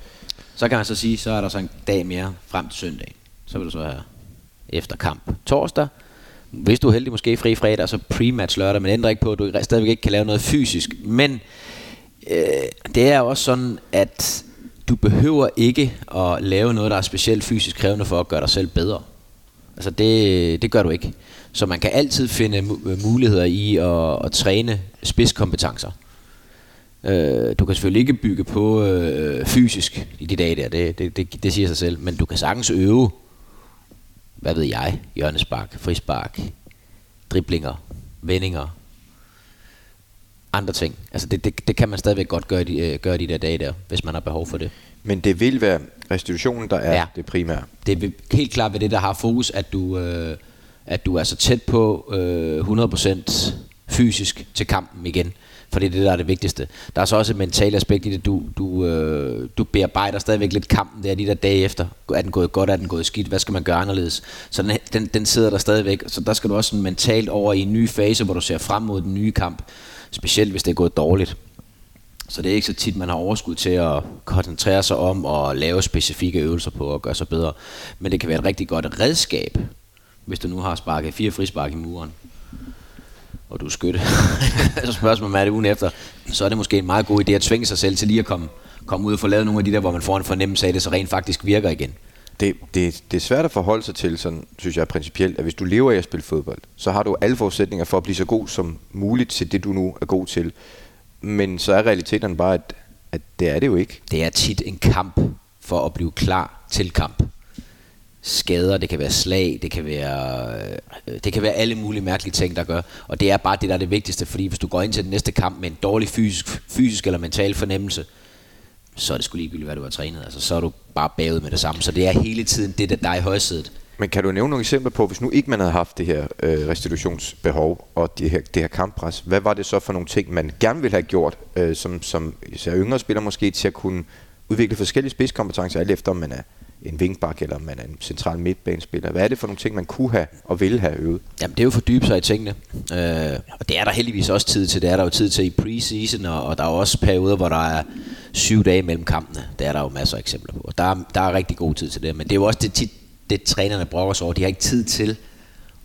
Så kan man så sige, så er der så en dag mere frem til søndagen. Så vil du så have efter kamp torsdag. Hvis du er heldig, måske fri fredag, og så pre-match lørdag, men det ændrer ikke på, at du stadigvæk ikke kan lave noget fysisk. Men øh, det er også sådan, at du behøver ikke at lave noget, der er specielt fysisk krævende for at gøre dig selv bedre. Altså det, det gør du ikke. Så man kan altid finde mu- muligheder i at, at træne spidskompetencer. Øh, du kan selvfølgelig ikke bygge på øh, fysisk i de dage der, det, det, det, det siger sig selv, men du kan sagtens øve, hvad ved jeg, hjørnespark, frispark, driblinger, vendinger, andre ting. Altså det, det, det kan man stadigvæk godt gøre de, øh, gøre de der dage der, hvis man har behov for det.
Men det vil være restitutionen, der er ja.
Ja.
det primære.
Det er helt klart ved det, der har fokus, at du, øh, at du er så tæt på øh, 100% fysisk til kampen igen. For det er det, der er det vigtigste. Der er så også et mentalt aspekt i det. Du, du, øh, du bearbejder stadigvæk lidt kampen der de der dage efter. Er den gået godt? Er den gået skidt? Hvad skal man gøre anderledes? Så den, den, den sidder der stadigvæk. Så der skal du også sådan mentalt over i en ny fase, hvor du ser frem mod den nye kamp. Specielt hvis det er gået dårligt. Så det er ikke så tit, man har overskud til at koncentrere sig om at lave specifikke øvelser på og gøre sig bedre. Men det kan være et rigtig godt redskab, hvis du nu har sparket fire frispark i muren, og du er skytte. så spørgsmålet er det ugen efter. Så er det måske en meget god idé at tvinge sig selv til lige at komme, komme ud og få lavet nogle af de der, hvor man får en fornemmelse af, at det så rent faktisk virker igen.
Det, det, det er svært at forholde sig til, sådan, synes jeg principielt, at hvis du lever af at spille fodbold, så har du alle forudsætninger for at blive så god som muligt til det, du nu er god til. Men så er realiteten bare, at, at det er det jo ikke.
Det er tit en kamp for at blive klar til kamp. Skader, det kan være slag, det kan være, øh, det kan være alle mulige mærkelige ting, der gør. Og det er bare det, der er det vigtigste, fordi hvis du går ind til den næste kamp med en dårlig fysisk, fysisk eller mental fornemmelse, så er det sgu ligegyldigt, hvad du har trænet. Altså, så er du bare bagud med det samme. Så det er hele tiden det, der der er i højsædet.
Men kan du nævne nogle eksempler på, hvis nu ikke man havde haft det her øh, restitutionsbehov og det her, det her kamppres, hvad var det så for nogle ting, man gerne ville have gjort, øh, som, som især yngre spillere måske, til at kunne udvikle forskellige spidskompetencer, alt efter om man er en vingbak eller om man er en central midtbanespiller. Hvad er det for nogle ting, man kunne have og ville have øvet?
Jamen, det er jo at fordybe sig i tingene. Øh, og det er der heldigvis også tid til. Det er der jo tid til i preseason, og, og der er også perioder, hvor der er syv dage mellem kampene. Det er der jo masser af eksempler på. Og der er, der er rigtig god tid til det. Men det er jo også det, tit, det trænerne brokker sig over. De har ikke tid til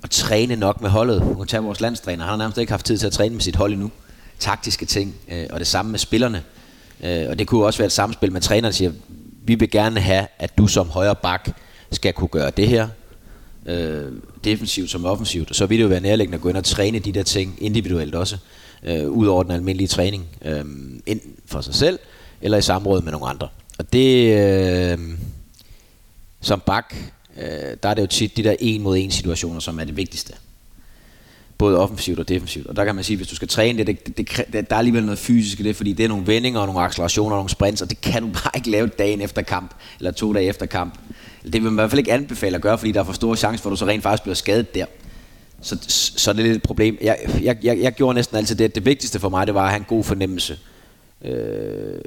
at træne nok med holdet. Du kan tage vores landstræner. Han har nærmest ikke haft tid til at træne med sit hold endnu. Taktiske ting. Øh, og det samme med spillerne. Øh, og det kunne jo også være et samspil med træneren, der siger, vi vil gerne have, at du som højre bak skal kunne gøre det her øh, defensivt som offensivt, så vil det jo være nærliggende at gå ind og træne de der ting individuelt også, øh, ud over den almindelige træning, øh, enten for sig selv, eller i samråd med nogle andre. Og det, øh, som bak, øh, der er det jo tit de der en mod en situationer, som er det vigtigste. Både offensivt og defensivt. Og der kan man sige, at hvis du skal træne det, det, det, det, der er alligevel noget fysisk i det, fordi det er nogle vendinger og nogle accelerationer og nogle sprints, og det kan du bare ikke lave dagen efter kamp, eller to dage efter kamp. Det vil man i hvert fald ikke anbefale at gøre, fordi der er for store chancer for, at du så rent faktisk bliver skadet der. Så, så er det lidt et problem. Jeg, jeg, jeg, jeg gjorde næsten altid det, at det vigtigste for mig, det var at have en god fornemmelse. Øh,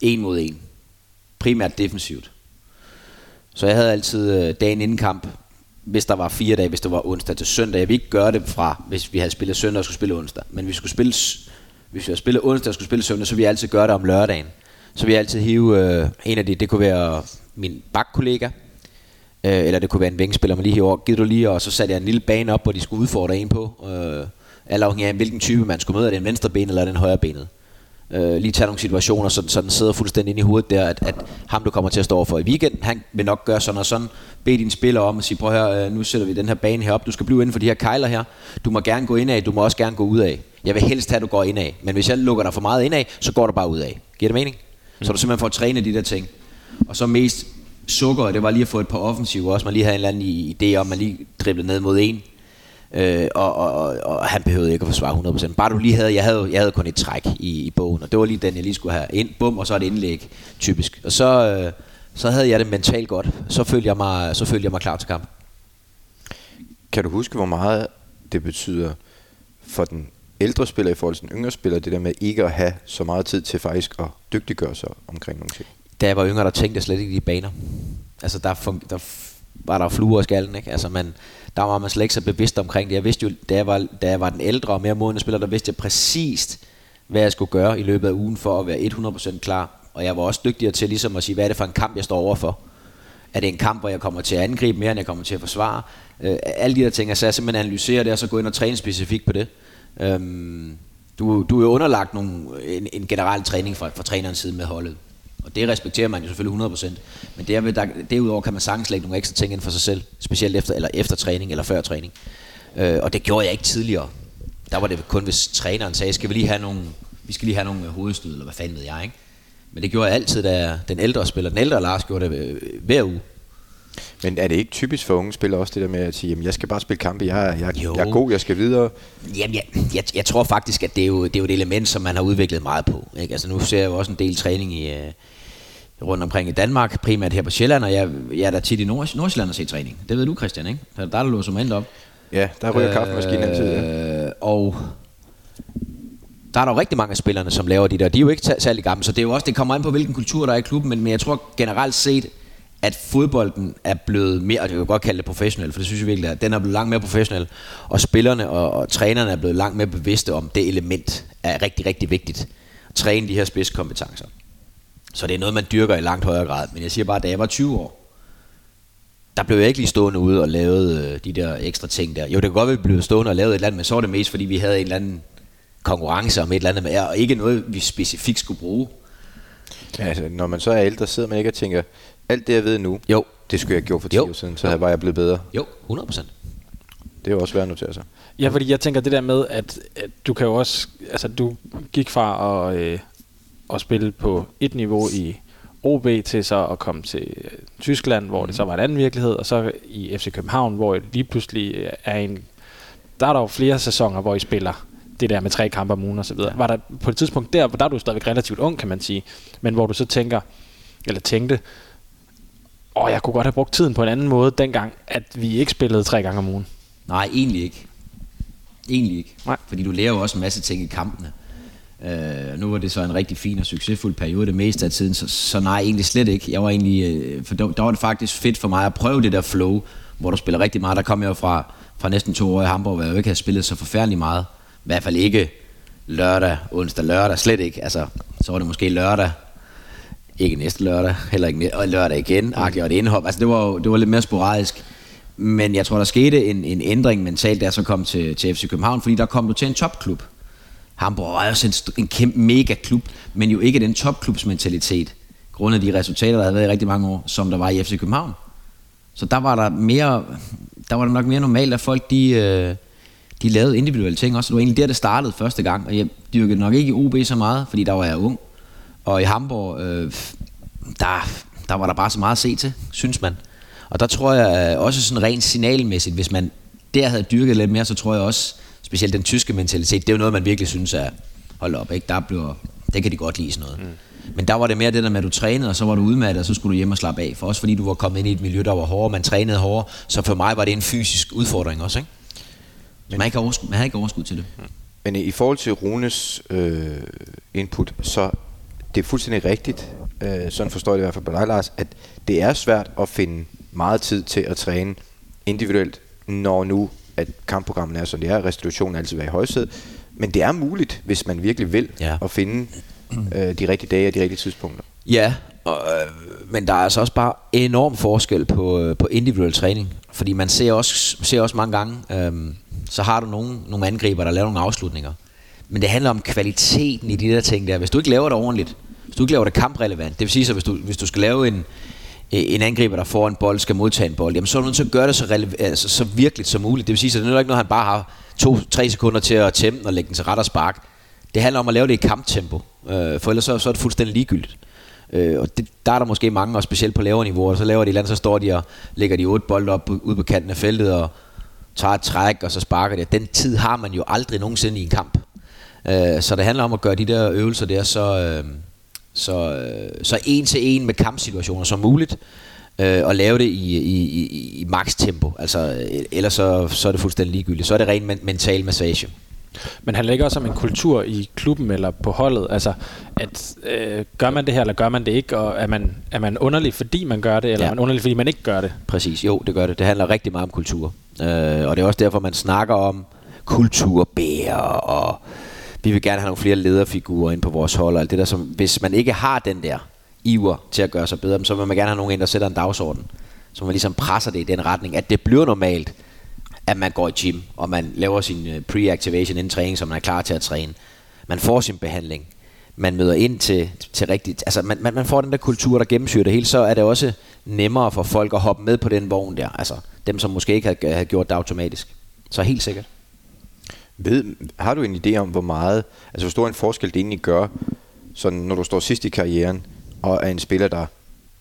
en mod en. Primært defensivt. Så jeg havde altid øh, dagen inden kamp, hvis der var fire dage, hvis det var onsdag til søndag. Jeg ville ikke gøre det fra, hvis vi havde spillet søndag og skulle spille onsdag. Men vi skulle spille, s- hvis vi havde spillet onsdag og skulle spille søndag, så ville jeg altid gøre det om lørdagen. Så ville jeg altid hive øh, en af de, det kunne være min bakkollega, øh, eller det kunne være en vingspiller, man lige hiver over. Giv du lige, og så satte jeg en lille bane op, hvor de skulle udfordre en på. Øh, alt afhængig af, hvilken type man skulle møde, er det en venstre ben eller er det en højre benet. Øh, lige tage nogle situationer, så, så den sidder fuldstændig inde i hovedet der, at, at ham du kommer til at stå over for i weekenden, han vil nok gøre sådan og sådan. Bed dine spillere om at sige, prøv her, nu sætter vi den her bane herop, du skal blive inden for de her kejler her. Du må gerne gå indad, du må også gerne gå udad. Jeg vil helst have, at du går indad, men hvis jeg lukker dig for meget indad, så går du bare udad. Giver det mening? Så du simpelthen får trænet de der ting. Og så mest sukker, det var lige at få et par offensive også. Man lige havde en eller anden idé om, man lige driblede ned mod en. Øh, og, og, og, og, han behøvede ikke at forsvare 100%. Bare du lige havde, jeg havde, jeg havde kun et træk i, i bogen, og det var lige den, jeg lige skulle have ind. Bum, og så et indlæg, typisk. Og så, øh, så havde jeg det mentalt godt. Så følte jeg mig, så følte jeg mig klar til kamp.
Kan du huske, hvor meget det betyder for den ældre spiller i forhold til den yngre spiller, det der med ikke at have så meget tid til faktisk at dygtiggøre sig omkring nogle ting?
da jeg var yngre, der tænkte jeg slet ikke i de baner. Altså, der, fun- der f- var der fluer i skallen, ikke? Altså, man, der var man slet ikke så bevidst omkring det. Jeg vidste jo, da jeg var, da jeg var den ældre og mere modne spiller, der vidste jeg præcist, hvad jeg skulle gøre i løbet af ugen for at være 100% klar. Og jeg var også dygtigere til ligesom at sige, hvad er det for en kamp, jeg står overfor. Er det en kamp, hvor jeg kommer til at angribe mere, end jeg kommer til at forsvare? Øh, alle de der ting, altså jeg simpelthen analysere det, og så gå ind og træne specifikt på det. Øhm, du, du er jo underlagt nogle, en, en generel træning fra, fra trænerens side med holdet. Og det respekterer man jo selvfølgelig 100%. Men derved, der, derudover kan man sagtens lægge nogle ekstra ting ind for sig selv. Specielt efter, eller efter træning eller før træning. Øh, og det gjorde jeg ikke tidligere. Der var det kun, hvis træneren sagde, skal vi lige have nogle, vi skal lige have nogle øh, hovedstød, eller hvad fanden ved jeg, ikke? Men det gjorde jeg altid, da den ældre spiller, den ældre Lars gjorde det øh, hver uge.
Men er det ikke typisk for unge spillere også det der med at sige, jamen jeg skal bare spille kampe, jeg, er- jeg,
Jo.
jeg er god, jeg skal videre.
Jamen, jeg, jeg, jeg tror faktisk, at det er, jo, det er jo et element, som man har udviklet meget på. Ikke? Altså, nu ser jeg jo også en del træning i, øh, rundt omkring i Danmark, primært her på Sjælland, og jeg, jeg er da tit i Nord- Nordsjælland og se træning. Det ved du, Christian, ikke? Der, der er du låser mig op.
Ja, der ryger øh, kaffemaskinen altid. Ja.
Øh, og der er der jo rigtig mange af spillerne, som laver de der. De er jo ikke ta- særlig gamle, så det er jo også, det kommer an på, hvilken kultur der er i klubben, men, men jeg tror generelt set, at fodbolden er blevet mere, og det kan jeg godt kalde det professionel, for det synes jeg virkelig, at den er blevet langt mere professionel, og spillerne og, og trænerne er blevet langt mere bevidste om, det element er rigtig, rigtig vigtigt. Træne de her spidskompetencer. Så det er noget, man dyrker i langt højere grad. Men jeg siger bare, da jeg var 20 år, der blev jeg ikke lige stående ude og lavede øh, de der ekstra ting der. Jo, det kan godt være, at vi blev stående og lavede et eller andet, men så var det mest, fordi vi havde en eller anden konkurrence om et eller andet, med, og ikke noget, vi specifikt skulle bruge.
Altså, når man så er ældre, sidder man ikke og tænker, alt det jeg ved nu,
Jo.
det skulle jeg have gjort for 10
Jo.
år siden, så var jeg blevet bedre.
Jo, 100 procent.
Det er jo også værd at notere sig.
Ja, fordi jeg tænker det der med, at, at du kan jo også, altså du gik fra at, øh, at spille på et niveau i OB til så at komme til øh, Tyskland, hvor det så var en anden virkelighed, og så i FC København, hvor det lige pludselig øh, er en, der er der jo flere sæsoner, hvor I spiller det der med tre kampe om ugen og så videre. Var der på et tidspunkt der, hvor der er du stadigvæk relativt ung, kan man sige, men hvor du så tænker, eller tænkte, åh, jeg kunne godt have brugt tiden på en anden måde dengang, at vi ikke spillede tre gange om ugen.
Nej, egentlig ikke. Egentlig ikke.
Nej.
Fordi du lærer jo også en masse ting i kampene. Øh, nu var det så en rigtig fin og succesfuld periode det meste af tiden, så, så nej, egentlig slet ikke. Jeg var egentlig, øh, for der, der var det faktisk fedt for mig at prøve det der flow, hvor du spiller rigtig meget. Der kom jeg jo fra, fra næsten to år i Hamburg, hvor jeg jo ikke havde spillet så forfærdeligt meget. I hvert fald ikke lørdag, onsdag, lørdag, slet ikke. Altså, så var det måske lørdag, ikke næste lørdag, heller ikke næ- og lørdag igen, agtig, og et indhop. Altså, det var, jo- det var lidt mere sporadisk. Men jeg tror, der skete en, en ændring mentalt, da jeg så kom til, til FC København, fordi der kom du til en topklub. Hamburg er også en, st- en kæmpe mega klub, men jo ikke den topklubsmentalitet, grundet de resultater, der havde været i rigtig mange år, som der var i FC København. Så der var der mere, der var det nok mere normalt, at folk de, øh, de lavede individuelle ting også. Det var egentlig der, det startede første gang, og jeg dyrkede nok ikke i OB så meget, fordi der var jeg ung. Og i Hamburg, øh, der, der var der bare så meget at se til, synes man. Og der tror jeg øh, også sådan rent signalmæssigt, hvis man der havde dyrket lidt mere, så tror jeg også, specielt den tyske mentalitet, det er jo noget, man virkelig synes er, hold op, ikke? Der bliver, det kan de godt lide sådan noget. Mm. Men der var det mere det der med, at du trænede, og så var du udmattet, og så skulle du hjem og slappe af. For også fordi du var kommet ind i et miljø, der var hårdere, man trænede hårdere, så for mig var det en fysisk udfordring også, ikke? Men, Mm. man, ikke har overskud, man havde ikke overskud til det.
Men i forhold til Runes øh, input, så det er fuldstændig rigtigt, øh, sådan forstår jeg det i hvert fald på dig, Lars, at det er svært at finde meget tid til at træne individuelt, når nu at kampprogrammet er, som det er, restitutionen altid være i højsædet. Men det er muligt, hvis man virkelig vil,
Ja.
at finde øh, de rigtige dage og de rigtige tidspunkter.
Ja, og, øh, men der er altså også bare enorm forskel på, øh, på individuel træning. Fordi man ser også, ser også mange gange, øh, så har du nogle, nogle angriber, der laver nogle afslutninger. Men det handler om kvaliteten i de der ting der. Hvis du ikke laver det ordentligt, hvis du ikke laver det kamprelevant, det vil sige så, hvis du, hvis du skal lave en, øh, en angriber, der får en bold, skal modtage en bold, jamen så er du nødt til at gøre det så, rele- altså, så virkeligt som muligt. Det vil sige, så det er ikke noget, han bare har to-tre sekunder til at tæmme den og lægge den til ret og spark. Det handler om at lave det i kamptempo, øh, for ellers så, så er det fuldstændig ligegyldigt. Øh, og det, der er der måske mange, og specielt på lavere niveau, og så laver de et eller andet, så står de og lægger de otte bolde op på- ude på kanten af feltet, og tager et træk, og så sparker det. Den tid har man jo aldrig nogensinde i en kamp. Øh, så det handler om at gøre de der øvelser der så, øh, så, øh, så en til en med kampsituationer som muligt, øh, og lave det i, i, i, i- i maks tempo. Altså, øh, ellers så, så er det fuldstændig ligegyldigt. Så er det ren men- mental massage.
Men handler det ikke også om en kultur i klubben eller på holdet? Altså, at øh, gør man det her, eller gør man det ikke? Og er man, er man underlig, fordi man gør det,
Ja.
eller ja. er man underlig, fordi man ikke gør det?
Præcis, jo, det gør det. Det handler rigtig meget om kultur. Øh, og det er også derfor, man snakker om kulturbærer, og vi vil gerne have nogle flere lederfigurer ind på vores hold, og alt det der, som, hvis man ikke har den der iver til at gøre sig bedre, så vil man gerne have nogen ind, der sætter en dagsorden. så man ligesom presser det i den retning, at det bliver normalt, at man går i gym, og man laver sin øh, pre-activation inden træning, så man er klar til at træne. Man får sin behandling. Man møder ind til, til rigtigt... Altså, man, man, man får den der kultur, der gennemsyrer det hele, så er det også nemmere for folk at hoppe med på den vogn der. Altså, dem, som måske ikke havde, havde gjort det automatisk. Så helt sikkert.
Ved, har du en idé om, hvor meget, altså hvor stor en forskel det egentlig gør, sådan, når du står sidst i karrieren, og er en spiller, der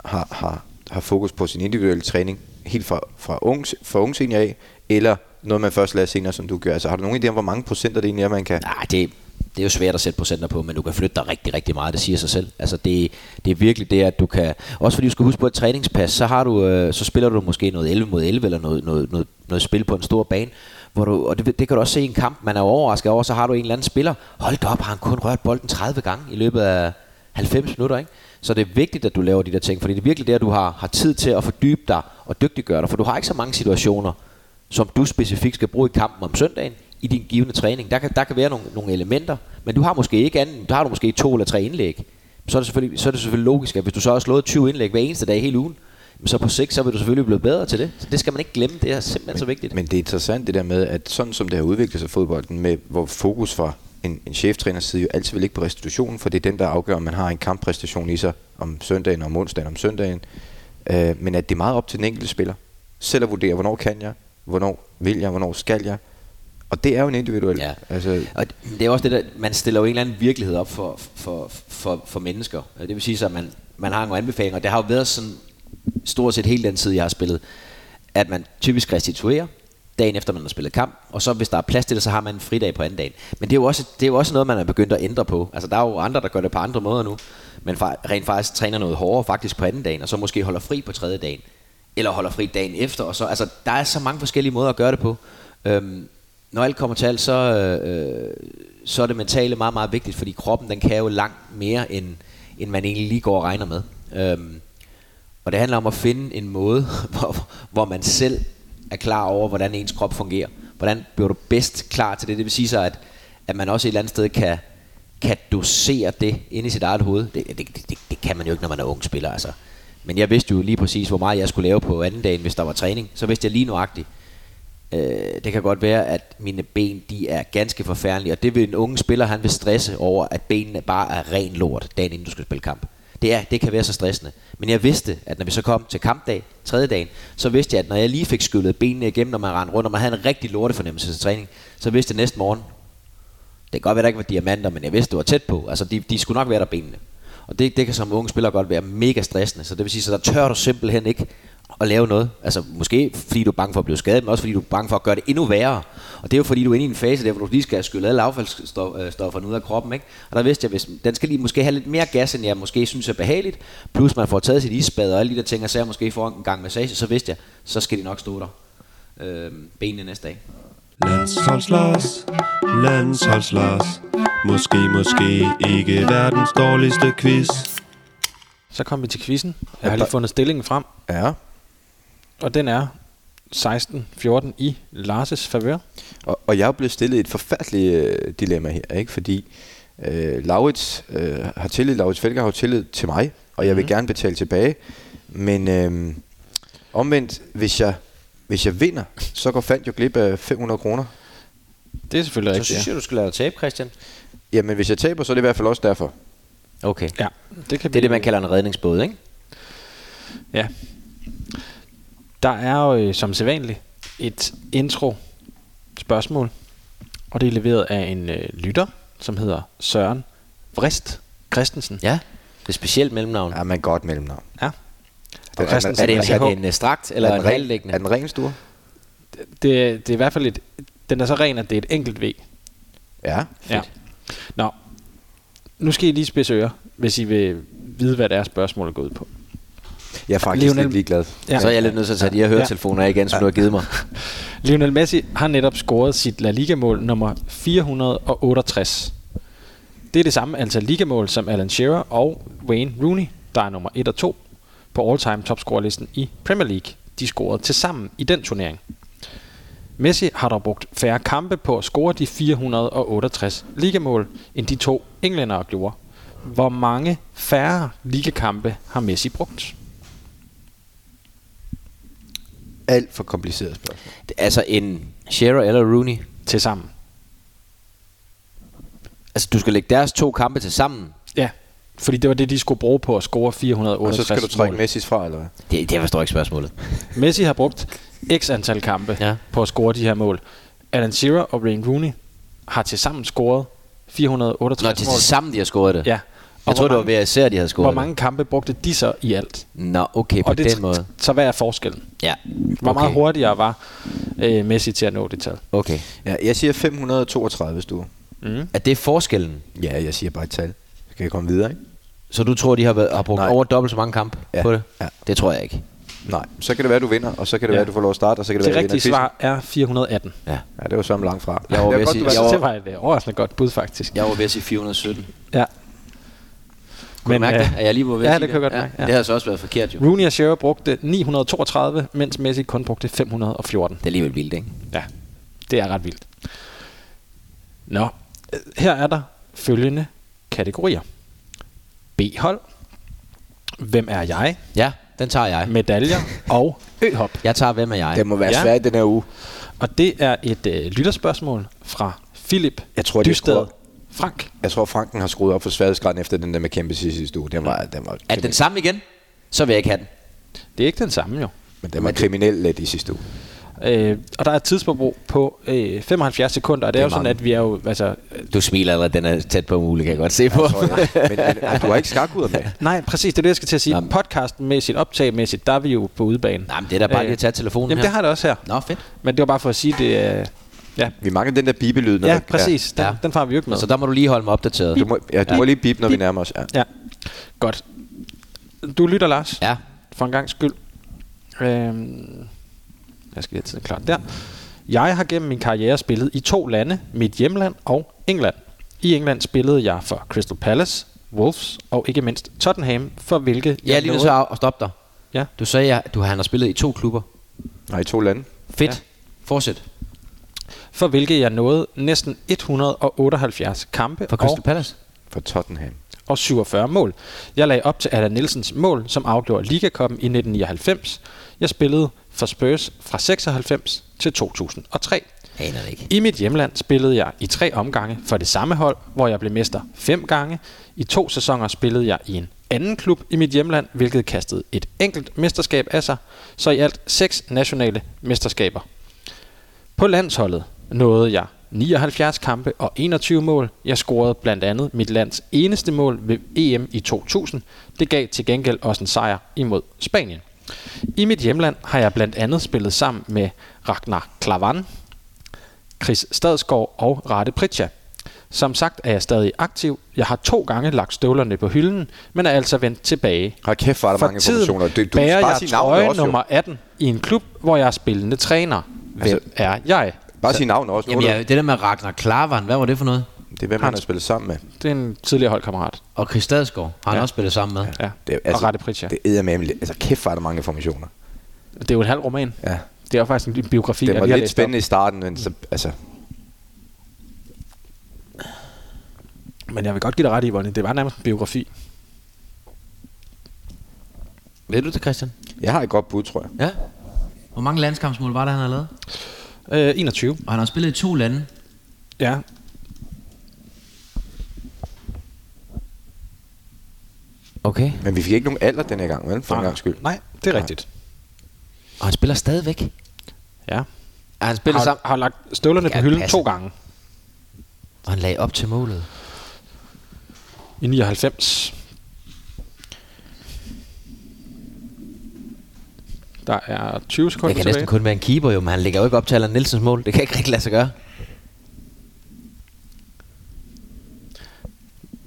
har, har, har fokus på sin individuelle træning, helt fra, fra, ung, fra ung senior af, eller noget, man først lærer senere, som du gør? Altså har du nogen idé om, hvor mange procenter det egentlig er, man kan...
Nej, det, det er jo svært at sætte procenter på, men du kan flytte dig rigtig, rigtig meget, det siger sig selv. Altså det, det er virkelig det, at du kan... Også fordi du skal huske på et træningspas, så, har du, øh, så spiller du måske noget 11 mod 11, eller noget, noget, noget, noget spil på en stor bane, hvor du, og det, det kan du også se i en kamp, man er overrasket over, så har du en eller anden spiller, hold da op, har han kun rørt bolden 30 gange i løbet af 90 minutter, ikke? Så det er vigtigt, at du laver de der ting, fordi det er virkelig der, du har, har tid til at fordybe dig og dygtiggøre dig, for du har ikke så mange situationer, som du specifikt skal bruge i kampen om søndagen, i din givende træning. Der kan, der kan være nogle, nogle elementer, men du har måske ikke andet, der har du måske to eller tre indlæg. Så er, det selvfølgelig, så er det selvfølgelig logisk, at hvis du så har slået 20 indlæg hver eneste dag hele ugen, så på sigt, så vil du selvfølgelig blive bedre til det. Så det skal man ikke glemme, det er simpelthen men, så vigtigt.
Men det er interessant det der med, at sådan som det har udviklet sig fodbolden, med, hvor fokus fra en, en cheftræners side jo altid vil ligge på restitutionen, for det er den, der afgør, om man har en kamppræstation i sig om søndagen, om onsdagen, om søndagen. Øh, men at det er meget op til den enkelte spiller. Selv at vurdere, hvornår kan jeg, hvornår vil jeg, hvornår skal jeg, og det er jo en individuel.
Ja.
Altså,
Og det er også det der, man stiller jo en eller anden virkelighed op for, for, for, for mennesker. Det vil sige, at man, man har nogle anbefalinger. Det har jo været sådan stort set hele den tid, jeg har spillet, at man typisk restituerer dagen efter, man har spillet kamp, og så hvis der er plads til det, så har man en fridag på anden dagen. Men det er, jo også, det er jo også noget, man er begyndt at ændre på. Altså, der er jo andre, der gør det på andre måder nu, men fa- rent faktisk træner noget hårdere faktisk på anden dagen, og så måske holder fri på tredje dagen, eller holder fri dagen efter. Og så, altså, der er så mange forskellige måder at gøre det på. Øhm, når alt kommer til alt, så, øh, så er det mentale meget, meget vigtigt, fordi kroppen den kan jo langt mere, end, end man egentlig lige går og regner med. Øhm, og det handler om at finde en måde, hvor, hvor man selv er klar over, hvordan ens krop fungerer. Hvordan bliver du bedst klar til det? Det vil sige så, at, at man også et eller andet sted kan, kan dosere det inde i sit eget hoved. Det, det, det, det, det kan man jo ikke, når man er ung spiller. Altså. Men jeg vidste jo lige præcis, hvor meget jeg skulle lave på anden dagen, hvis der var træning. Så vidste jeg lige nuagtigt, øh, det kan godt være, at mine ben de er ganske forfærdelige, og det vil en unge spiller, han vil stresse over, at benene bare er ren lort, dagen inden du skal spille kamp. Det, er, det kan være så stressende. Men jeg vidste, at når vi så kom til kampdag, tredje dagen, så vidste jeg, at når jeg lige fik skyllet benene igennem, når man rendte rundt, og man havde en rigtig lorte fornemmelse til træning, så vidste jeg næste morgen, det kan godt være, der ikke var diamanter, men jeg vidste, det var tæt på. Altså, de, de skulle nok være der benene. Og det, det kan som unge spiller godt være mega stressende. Så det vil sige, så der tør du simpelthen ikke at lave noget. Altså måske fordi du er bange for at blive skadet, men også fordi du er bange for at gøre det endnu værre. Og det er jo fordi, du er inde i en fase, der hvor du lige skal skylle alle affaldsstofferne ud af kroppen. Ikke? Og der vidste jeg, hvis den skal lige måske have lidt mere gas, end jeg måske synes er behageligt. Plus man får taget sit isbad og alle de der ting, og så jeg måske får en gang massage, så vidste jeg, så skal de nok stå der. Øh, benene næste dag.
Landsholdslars, landsholdslars Måske, måske ikke verdens dårligste quiz
Så kom vi til quizzen. Jeg har lige fundet stillingen frem,
ja.
og den er 16-14 i Lars' favør.
Og, og jeg er blevet stillet et forfærdeligt øh, dilemma her, ikke? fordi øh, Laurits øh, har tillid, Laurits Felger har jo tillid til mig, og jeg vil gerne betale tilbage. Men øh, omvendt, hvis jeg, hvis jeg vinder, så går fandt jo glip af 500 kroner.
Det er selvfølgelig
Så synes
rigtigt.
jeg, du skal lade dig tabe, Christian.
Jamen, hvis jeg taber, så er det i hvert fald også derfor.
Okay.
Ja. ja, det kan
Det er
vi-
det, man kalder en redningsbåd, ikke?
Ja. Der er jo øh, som sædvanligt et intro spørgsmål, og det er leveret af en øh, lytter, som hedder Søren Vrist Christensen.
Ja. Det er specielt mellemnavn.
Ja, man godt mellemnavn.
ja.
er-
Og Christensen altså,
Er det en,
med
er det
CH.
en øh, strakt eller en
ren- er
halvdækkende?
den ren store?
det, det er i hvert fald et, den er så ren, at det er et enkelt V.
Ja.
Ja. Nå, nu skal I lige spidse ører, hvis I vil vide, hvad det er, spørgsmålet går ud på.
Jeg er faktisk Lionel...
Lionel-
lidt ligeglad.
Ja.
Så er jeg lidt nødt til at tage de her høretelefoner af igen, som du har givet mig.
Lionel Messi har netop scoret sit La Liga-mål nummer 468. Det er det samme antal ligamål som Alan Shearer og Wayne Rooney, der er nummer 1 og 2 på all-time topscorerlisten i Premier League. De scorede til sammen i den turnering. Messi har dog brugt færre kampe på at score de 468 ligamål, end de to englændere gjorde. Hvor mange færre ligakampe har Messi brugt?
alt for kompliceret spørgsmål.
Altså en Shearer eller Rooney.
til sammen.
Altså, du skal lægge deres to kampe til sammen.
Ja, fordi det var det, de skulle bruge på at score 468
Og så skal du trække
mål.
Messi's fra, eller hvad?
Det, det forstår jeg ikke spørgsmålet.
Messi har brugt x antal kampe ja.
Ja.
på at score de her mål. Alan Shearer og Wayne Rooney har til sammen scoret 468
Nå,
mål.
det er til sammen, de har scoret det.
Ja.
Jeg tror, det
hvor
var ved at især, de havde scoret
Hvor
det.
mange kampe brugte de så i alt?
Nå, okay, på
og det
den måde.
Så hvad er forskellen?
Ja.
Hvor
okay.
okay. meget hurtigere var øh, Messi til at nå det tal?
Okay.
Ja, jeg siger 532 stuer.
Hmm?
Er det forskellen?
Ja, jeg siger bare et tal. Så kan jeg komme videre, ikke?
Så du tror, de har, været, har brugt
Nej.
Nej. over dobbelt så mange kampe
Ja.
på det?
Ja.
Det tror jeg ikke.
Nej, så kan det være, du vinder, og så kan det ja.
Ja.
være, du får lov at starte, og så kan det,
Det
være, du vinder
rigtige
quizzen.
svar er 418.
Ja.
Ja, det var så langt fra.
Jeg var
det
ved at
godt,
sige-
du var-
jeg
Så
var-
det var et øh, overraskende godt bud, faktisk.
Jeg var ved at sige 417. Kunne
Ja.
Men, du mærke
øh,
det? At jeg lige var ved
ja,
at sige
det kan jeg godt
ja.
mærke, ja.
Det havde så også været forkert jo. Det
Rooney og Shearer brugte 932, mens Messi kun brugte 514.
er alligevel vildt, ikke?
Ja, det er ret vildt. Nå, øh, her er der følgende kategorier. B-hold, hvem er jeg,
Ja, den tager jeg.
medaljer og øhop.
Jeg tager, hvem er jeg?
Det må være
Ja.
ja. svært den her uge.
Og det er et øh, lytterspørgsmål fra Philip
Jeg tror, det er
Dysted
skruer.
Frank.
Jeg tror, Franken har skruet op for sværhedsgraden efter den der med kæmpe sidste uge. Den var, den var,
Er den samme igen? Så vil jeg ikke have den.
Det er ikke den samme jo.
men den var kriminel lidt i sidste uge.
Øh, og der er et tidsforbrug på øh, 75 sekunder, og det, det er jo sådan,
meget.
at vi er jo... Altså,
Du smiler allerede, den er tæt på muligt, kan jeg godt se på.
men, men, men, du har ikke skakudder med.
nej, præcis, det er det, jeg skal til at sige.
Jamen.
Podcastmæssigt, optagmæssigt, der er vi jo på udebane.
Nej, men det er da bare
Øh,
lige at tage telefonen
Jamen,
her.
det har jeg da også her.
Nå, fedt.
Men det var bare for at sige, det er... Ja,
Vi mangler den der bibelyd. når
ja
vi-
præcis. Den, ja.
Ja.
den får vi jo ikke med.
Så der må du lige holde mig opdateret.
Ja. Du, må, ja, du må lige bippe, når vi nærmer os. Ja.
Ja, godt. Du lytter, Lars.
Ja.
For en gang skyld. Øhm, jeg skal lige have tiden klart der. Jeg har gennem min karriere spillet i to lande, mit hjemland og England. I England spillede jeg for Crystal Palace, Wolves og ikke mindst Tottenham, for hvilke
Jeg er lige nødt til at at stoppe dig.
Ja.
Du sagde, at du, han har spillet i to klubber.
Nej, i to lande.
Fedt.
Ja.
Ja. Fortsæt.
for hvilke jeg nåede næsten 178 kampe
For
og
Crystal Palace.
Fra Tottenham.
og 47 mål. Jeg lagde op til Allan Nielsens mål, som afgjorde Ligakoppen i 1999. Jeg spillede for Spurs fra 96 til 2003.
Aner det ikke.
I mit hjemland spillede jeg i tre omgange for det samme hold, hvor jeg blev mester fem gange. I to sæsoner spillede jeg i en anden klub i mit hjemland, hvilket kastede et enkelt mesterskab af sig, så i alt seks nationale mesterskaber. På landsholdet nåede jeg 79 kampe og 21 mål. Jeg scorede blandt andet mit lands eneste mål ved EM i 2000. Det gav til gengæld også en sejr imod Spanien. I mit hjemland har jeg blandt andet spillet sammen med Ragnar Klavan, Chris Stadsgaard og Rate Pritja. Som sagt er jeg stadig aktiv. Jeg har to gange lagt støvlerne på hylden, men er altså vendt tilbage.
Hold kæft, hvor er der
For
mange
tiden
informationer. Det- du skal
bærer
bare
jeg
sige navnet
trøje
også, jo.
nummer 18 i en klub, hvor jeg er spillende træner. Hvem
Altså-
er jeg?
Bare sige navn også. Nu
Jamen,
er
ja, det der med Ragnar Klavan, hvad var det for noget?
det, det er, hvem han har spillet sammen med.
Det er en tidligere holdkammerat.
Og Chris Stadsgaard har han
Ja.
også spillet sammen med.
Ja.
Det, er- altså,
og Rate Pritja. Det,
Det er med Altså, kæft, hvor er der mange informationer.
det, er jo en halv roman.
Ja.
Det er jo faktisk en biografi,
Det
jeg
var
lige har
lidt
læst op.
spændende i starten, men så, altså,
Men jeg vil godt give dig ret i, Vonny. Det var nærmest en biografi.
Ved du det, Christian?
jeg har et godt bud, tror jeg.
Ja. Hvor mange landskampsmål var det, han havde lavet?
Øh, 21.
Og han har spillet i to lande.
Ja.
Okay.
Men vi fik ikke nogen alder den her gang, vel? For en gang skyld.
Nej, det er
Nej.
rigtigt.
Og han spiller stadigvæk.
Ja.
Og han spiller
Har,
sammen.
har lagt støvlerne
Ja,
på hylden
pas.
to gange.
Og han lagde op til målet.
I 99. Der er 20 sekunder
Jeg kan næsten
tilbage.
kun være en keeper jo, men han lægger jo ikke op til Allan Nielsens mål. Det kan jeg ikke rigtig lade sig gøre.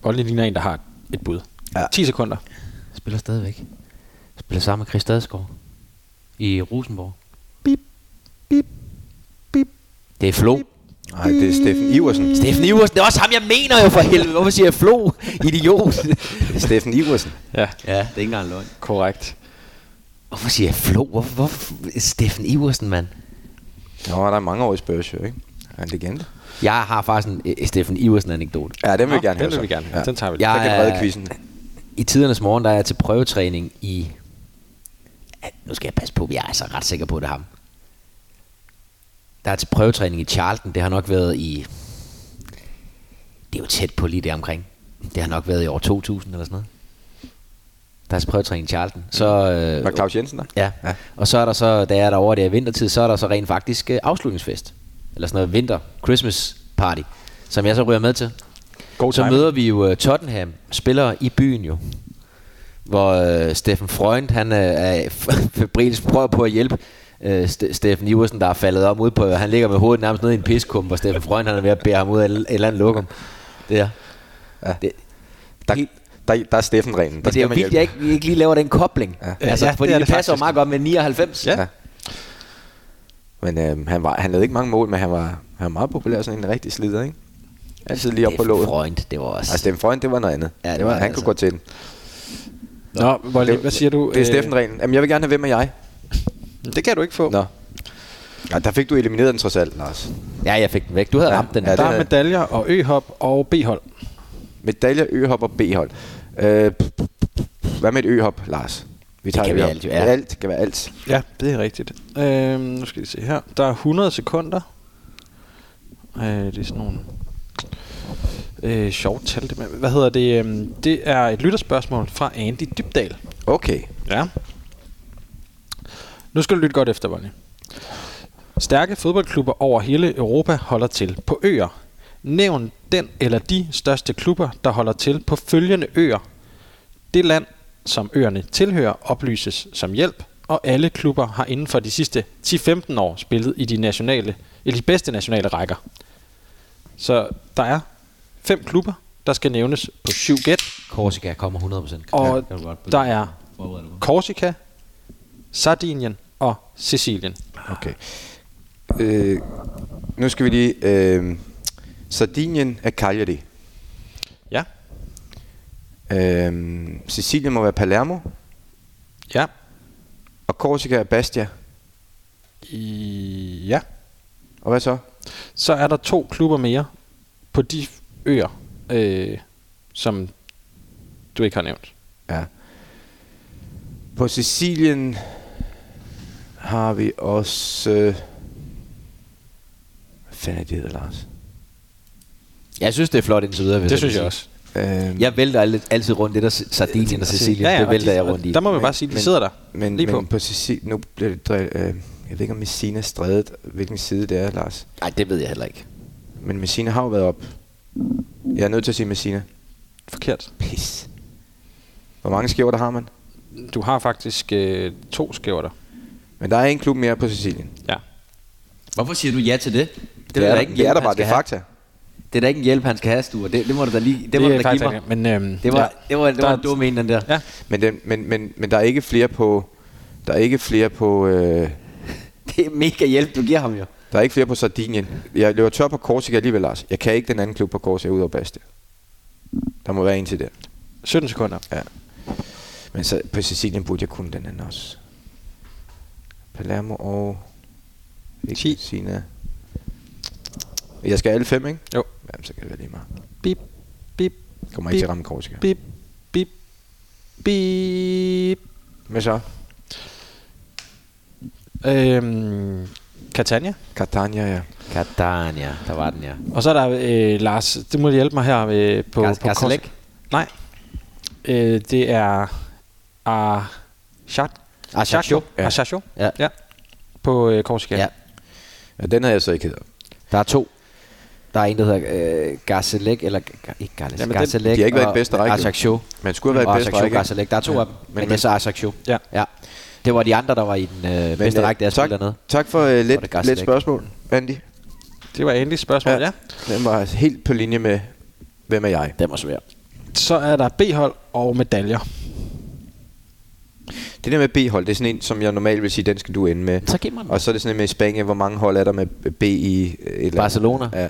Bolden ligner en, der har et bud. Ja.
Ja.
10 sekunder.
Spiller stadigvæk. Spiller sammen med Chris Stadsgaard. I Rosenborg.
Bip, bip, bip.
Det er Flo.
Nej, det er Steffen Iversen.
Steffen Iversen, det er også ham, jeg mener jo for helvede. Hvorfor siger jeg Flo? Idiot.
Det er Steffen Iversen.
Ja,
ja, det er ikke engang løgn.
korrekt.
Hvorfor siger jeg Flo? Hvorfor, hvorfor? Steffen Iversen, mand.
Nå, der er mange år i Spurs, jo, ikke? Han er en legende.
Jeg har faktisk en øh, Steffen Iversen-anekdote.
Ja, den vil jeg gerne
den
høre
vil
så.
vi gerne have.
Ja.
Den tager vi.
Så
Jeg
kan
er-
du redde quizzen.
I tidernes morgen, der er jeg til prøvetræning i... Ja, nu skal jeg passe på, jeg er altså ret sikker på, at det er ham. Der er til prøvetræning i Charlton, det har nok været i... Det er jo tæt på lige der omkring. Det har nok været i år 2000 eller sådan noget. Der er til prøvetræning i Charlton. Så, øh,
Var Claus Jensen der?
Ja. ja. Og så er der så, da jeg er derovre, det er vintertid, så er der så rent faktisk øh, afslutningsfest. Eller sådan noget vinter Christmas party, som jeg så ryger med til.
God
så
timing.
møder vi jo øh, Tottenham, spiller i byen jo. Hvor øh, Steffen Freund, han øh, er febrilsk, prøver på at hjælpe øh, Ste- Steffen Iversen, der er faldet om ude på, han ligger med hovedet nærmest nede i en piskum, hvor Steffen Freund, han er ved at bære ham ud af et eller andet lokum. Det er.
Ja.
Det,
Der,
Helt-
der, der er Steffen Renen. Der
men det er
skal
jo
man
vildt, jeg
hjælpe.
ikke, vi ikke lige laver den kobling. Ja. Altså,
Ja,
ja,
det
fordi
er
det,
det
det passer jo
faktisk.
meget godt med 99.
Ja. Men øhm, han, var, han lavede ikke mange mål, men han var, han var meget populær, sådan en rigtig slider, ikke? Altid lige op på låget.
Freund, det var også...
Altså, Steffen Freund, det var noget andet.
Ja, det var
han
altså-
kunne gå til den.
Nå, Volde,
Det-
hvad siger du?
Det er
Øh, Mm.
Steffen Renen. Jamen, jeg vil gerne have, hvem er jeg?
Det kan du ikke få.
Nå. Ja, der fik du elimineret den trods alt, Lars.
Ja, jeg fik den væk. Du havde
Ja,
ramt den.
ja,
Ja,
det
Der er
er-
medaljer og ø-hop og b-hold.
Medalje, øhop og B-hold. Øh, p- p- p- hvad med et øhop, Lars? Vi tager
kan
et
være
øhop.
alt, jo.
Ja.
Ja.
alt kan være alt.
Ja, det er rigtigt. Øhm, nu skal vi se her. Der er 100 sekunder. Øh, det er sådan nogle øh, sjovt tal. Det med. Hvad hedder det? Øhm, Det er et lytterspørgsmål fra Andy Dybdal.
Okay.
Ja. Nu skal du lytte godt efter, Bonnie. Stærke fodboldklubber over hele Europa holder til på øer. Nævn den eller de største klubber, der holder til på følgende øer. Det land, som øerne tilhører, oplyses som hjælp, og alle klubber har inden for de sidste 10-15 år spillet i de, nationale, eller de bedste nationale rækker. Så der er fem klubber, der skal nævnes på syv gæt,
Korsika kommer 100%.
og
kan du godt på
der
det.
er
Forbereder du mig?
Korsika, Sardinien og Sicilien.
Okay. Øh, nu skal vi lige... Øh, Sardinien er Cagliari.
Ja.
Øh, Sicilien må være Palermo.
Ja.
Og Korsika er Bastia.
I, ja.
Og hvad så?
Så er der to klubber mere på de øer, øh, som du ikke har nævnt.
Ja. På Sicilien har vi også... Øh, hvad fanden er det, hedder, Lars?
Jeg synes, det er flot indtil videre. Hvis
Det synes
kan
jeg
sige.
også.
Øh,
Jeg vælter alt- altid rundt det der Sardinien
Altså,
og Sicilien. Ja, ja, det
Øh, og
vælter
de-
jeg rundt i.
Der må vi bare sige, at de
Men-
sidder der.
Men,
Lige
Lige
på.
men på, på Sicilien, nu bliver det dre- øh, jeg ved ikke om Messina strædet, hvilken side det er, Lars.
Nej, det ved jeg heller ikke.
Men Messina har jo været op. Jeg er nødt til at sige Messina.
Forkert.
Pis. Hvor mange skiver der har man?
Du har faktisk øh, to skæver der.
Men der er en klub mere på Sicilien. Det,
Ja.
Hvorfor siger du ja til det? Det,
er,
da
der,
ikke en
det er
hjælp,
der
han
bare,
skal
det er
have.
fakta.
Det er da ikke en hjælp, han skal have, Stuer. Det, det må du da lige det, det må du da give mig.
faktisk- Men, øhm,
Det var, det var, det
Der
var
er-
en dum en, den der.
Ja.
Men, den, men, men, men der er ikke flere på... Der er ikke flere på... Øh,
Det er mega hjælp, du giver ham jo.
der er ikke flere på Sardinien. Jeg løber tør på Korsika alligevel, Lars. Jeg kan ikke den anden klub på Korsika ud over Bastia. Der må være en til der.
17 sekunder.
Ja. Men så på Sicilien burde jeg kunne den anden også. Palermo og... Ikke
Ti.
Sina. Jeg skal have alle fem, ikke?
Jo.
Jamen, så kan det være lige meget.
Bip, bip,
Jeg kommer ikke til at ramme Korsika.
bip, bip, bip.
Men så?
Øhm, Catania.
Catania, ja.
Catania, der var den, ja.
Og så er der øh, Lars, det må du hjælpe mig her øh, på,
Gas-
på
Gazelec?
kors- Nej. Øh, det er Arshad.
Ajaccio.
Ja.
Arshad.
Ja.
ja. På øh, Korsika.
ja.
ja. den havde jeg så ikke hedder.
Der er to. Der er en, der hedder øh, Garcelec, eller Ga- ikke Garcelec,
Jamen,
ja,
den-
Garcelec
de har ikke været i
og
bedste række.
Ajaccio.
Man skulle have været i
Og
bedste
Ajaccio,
række.
Garcelec, der er to
Ja.
af dem, men,
Men-
men det er så Ajaccio.
Ja.
ja. Det var de andre, der var i den øh, bedste række, der
tak,
jeg spillede dernede.
tak for uh,
det
let,
Gazelec.
let spørgsmål, Andy.
Det var endelig spørgsmål, ja. ja.
Den var altså helt på linje med, hvem er jeg?
Den var svær.
Så er der B-hold og medaljer.
Det der med B-hold, det er sådan en, som jeg normalt vil sige, den skal du ende med.
Så giv mig den.
Og så er det sådan en med i Spanien, hvor mange hold er der med B i et eller andet.
Barcelona.
Ja,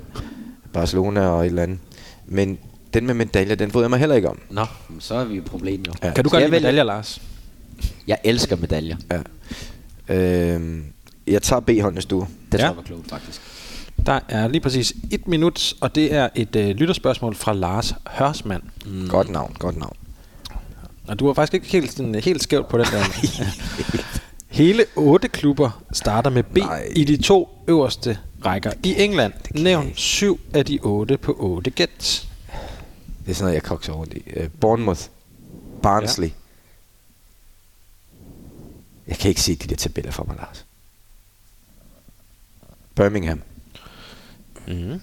Barcelona og et eller andet. Men den med medaljer, den bryder jeg mig heller ikke om.
Nå, men så er vi i problem jo.
Ja.
Kan du
Skal
godt
jeg
lide
vælge?
medaljer, Lars?
Jeg elsker medaljer.
Ja. Øhm, jeg tager B-holdene stue.
Det
Ja.
ja. tror jeg var klogt, faktisk.
Der er lige præcis et minut, og det er et øh, lytterspørgsmål fra Lars Hørsmand.
Mm. Godt navn, godt navn.
Og du var faktisk ikke helt, sådan, helt skævt på den der. Hele otte klubber starter med B Nej. i de to øverste rækker. I England nævn syv af de otte på otte gæt.
Det er sådan noget, jeg kokser rundt i. Øh, Bournemouth. Barnsley. Ja. Jeg kan ikke se de der tabeller for mig, Lars. Birmingham.
Mm.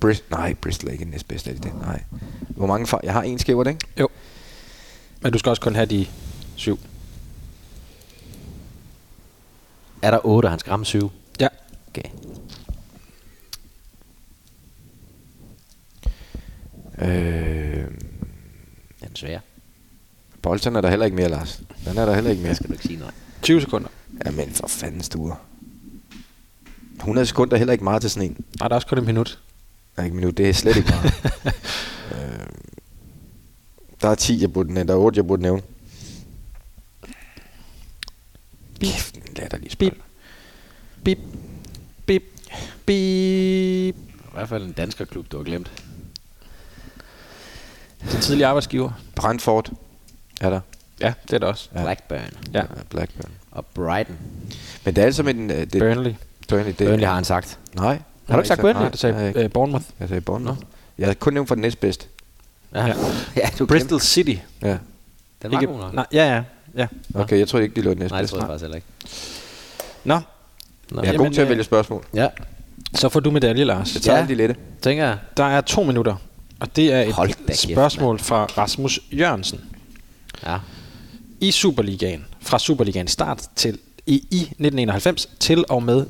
Brist Nej, Bristol er ikke den næstbedste af det. Nej. Hvor mange fejl? Jeg har en skævert, ikke?
Jo. Men du skal også kun have de syv.
Er der 8, og han skal ramme 7?
Ja.
Okay.
Øh,
Den er svær.
Bolton er der heller ikke mere, Lars. Den er der heller ikke mere.
Jeg skal du ikke sige nej.
20 sekunder.
Jamen, for fanden stuer. 100 sekunder er heller ikke meget til sådan en.
Nej, der er også kun en minut.
Nej, ikke minut. Det er slet ikke meget. øh, der er 10, jeg burde nævne. Der er 8, jeg burde nævne.
Bip,
Kæft, en latterlig
bip,
spil.
bip, bip, bip.
I hvert fald en danskerklub, du har glemt.
Det tidlige arbejdsgiver.
Brentford er der.
Ja, det er det også.
Ja. Blackburn
Ja.
Ja, Blackburn.
og Brighton.
Men det er altså med den... øh, Det,
Burnley.
Burnley, det,
Burnley har han sagt.
Nej.
Har du ikke sagt Burnley?
Nej,
Du
det sagde jeg
sagde
ikke.
øh, Bournemouth.
Jeg sagde Bournemouth. Jeg havde kun nævnt for den næstbedste.
Ja, ja du
Bristol City.
Ja.
Glemte. Den var god nok.
nej, ja, ja. ja.
Okay, jeg tror ikke, de lå den
Nej, det
næstbedste.
tror jeg faktisk heller ikke.
Nå,
Nå.
Jeg er god
Jamen,
til at
øh,
vælge spørgsmål.
Ja,
så får du medalje, Lars.
Jeg tager
ja.
ja. de lette.
tænker jeg.
Der er to minutter, og det er et
Hold da kæft,
spørgsmål fra Rasmus Jørgensen.
Ja.
I Superligaen, fra Superligaens start til i, i 1991 til og med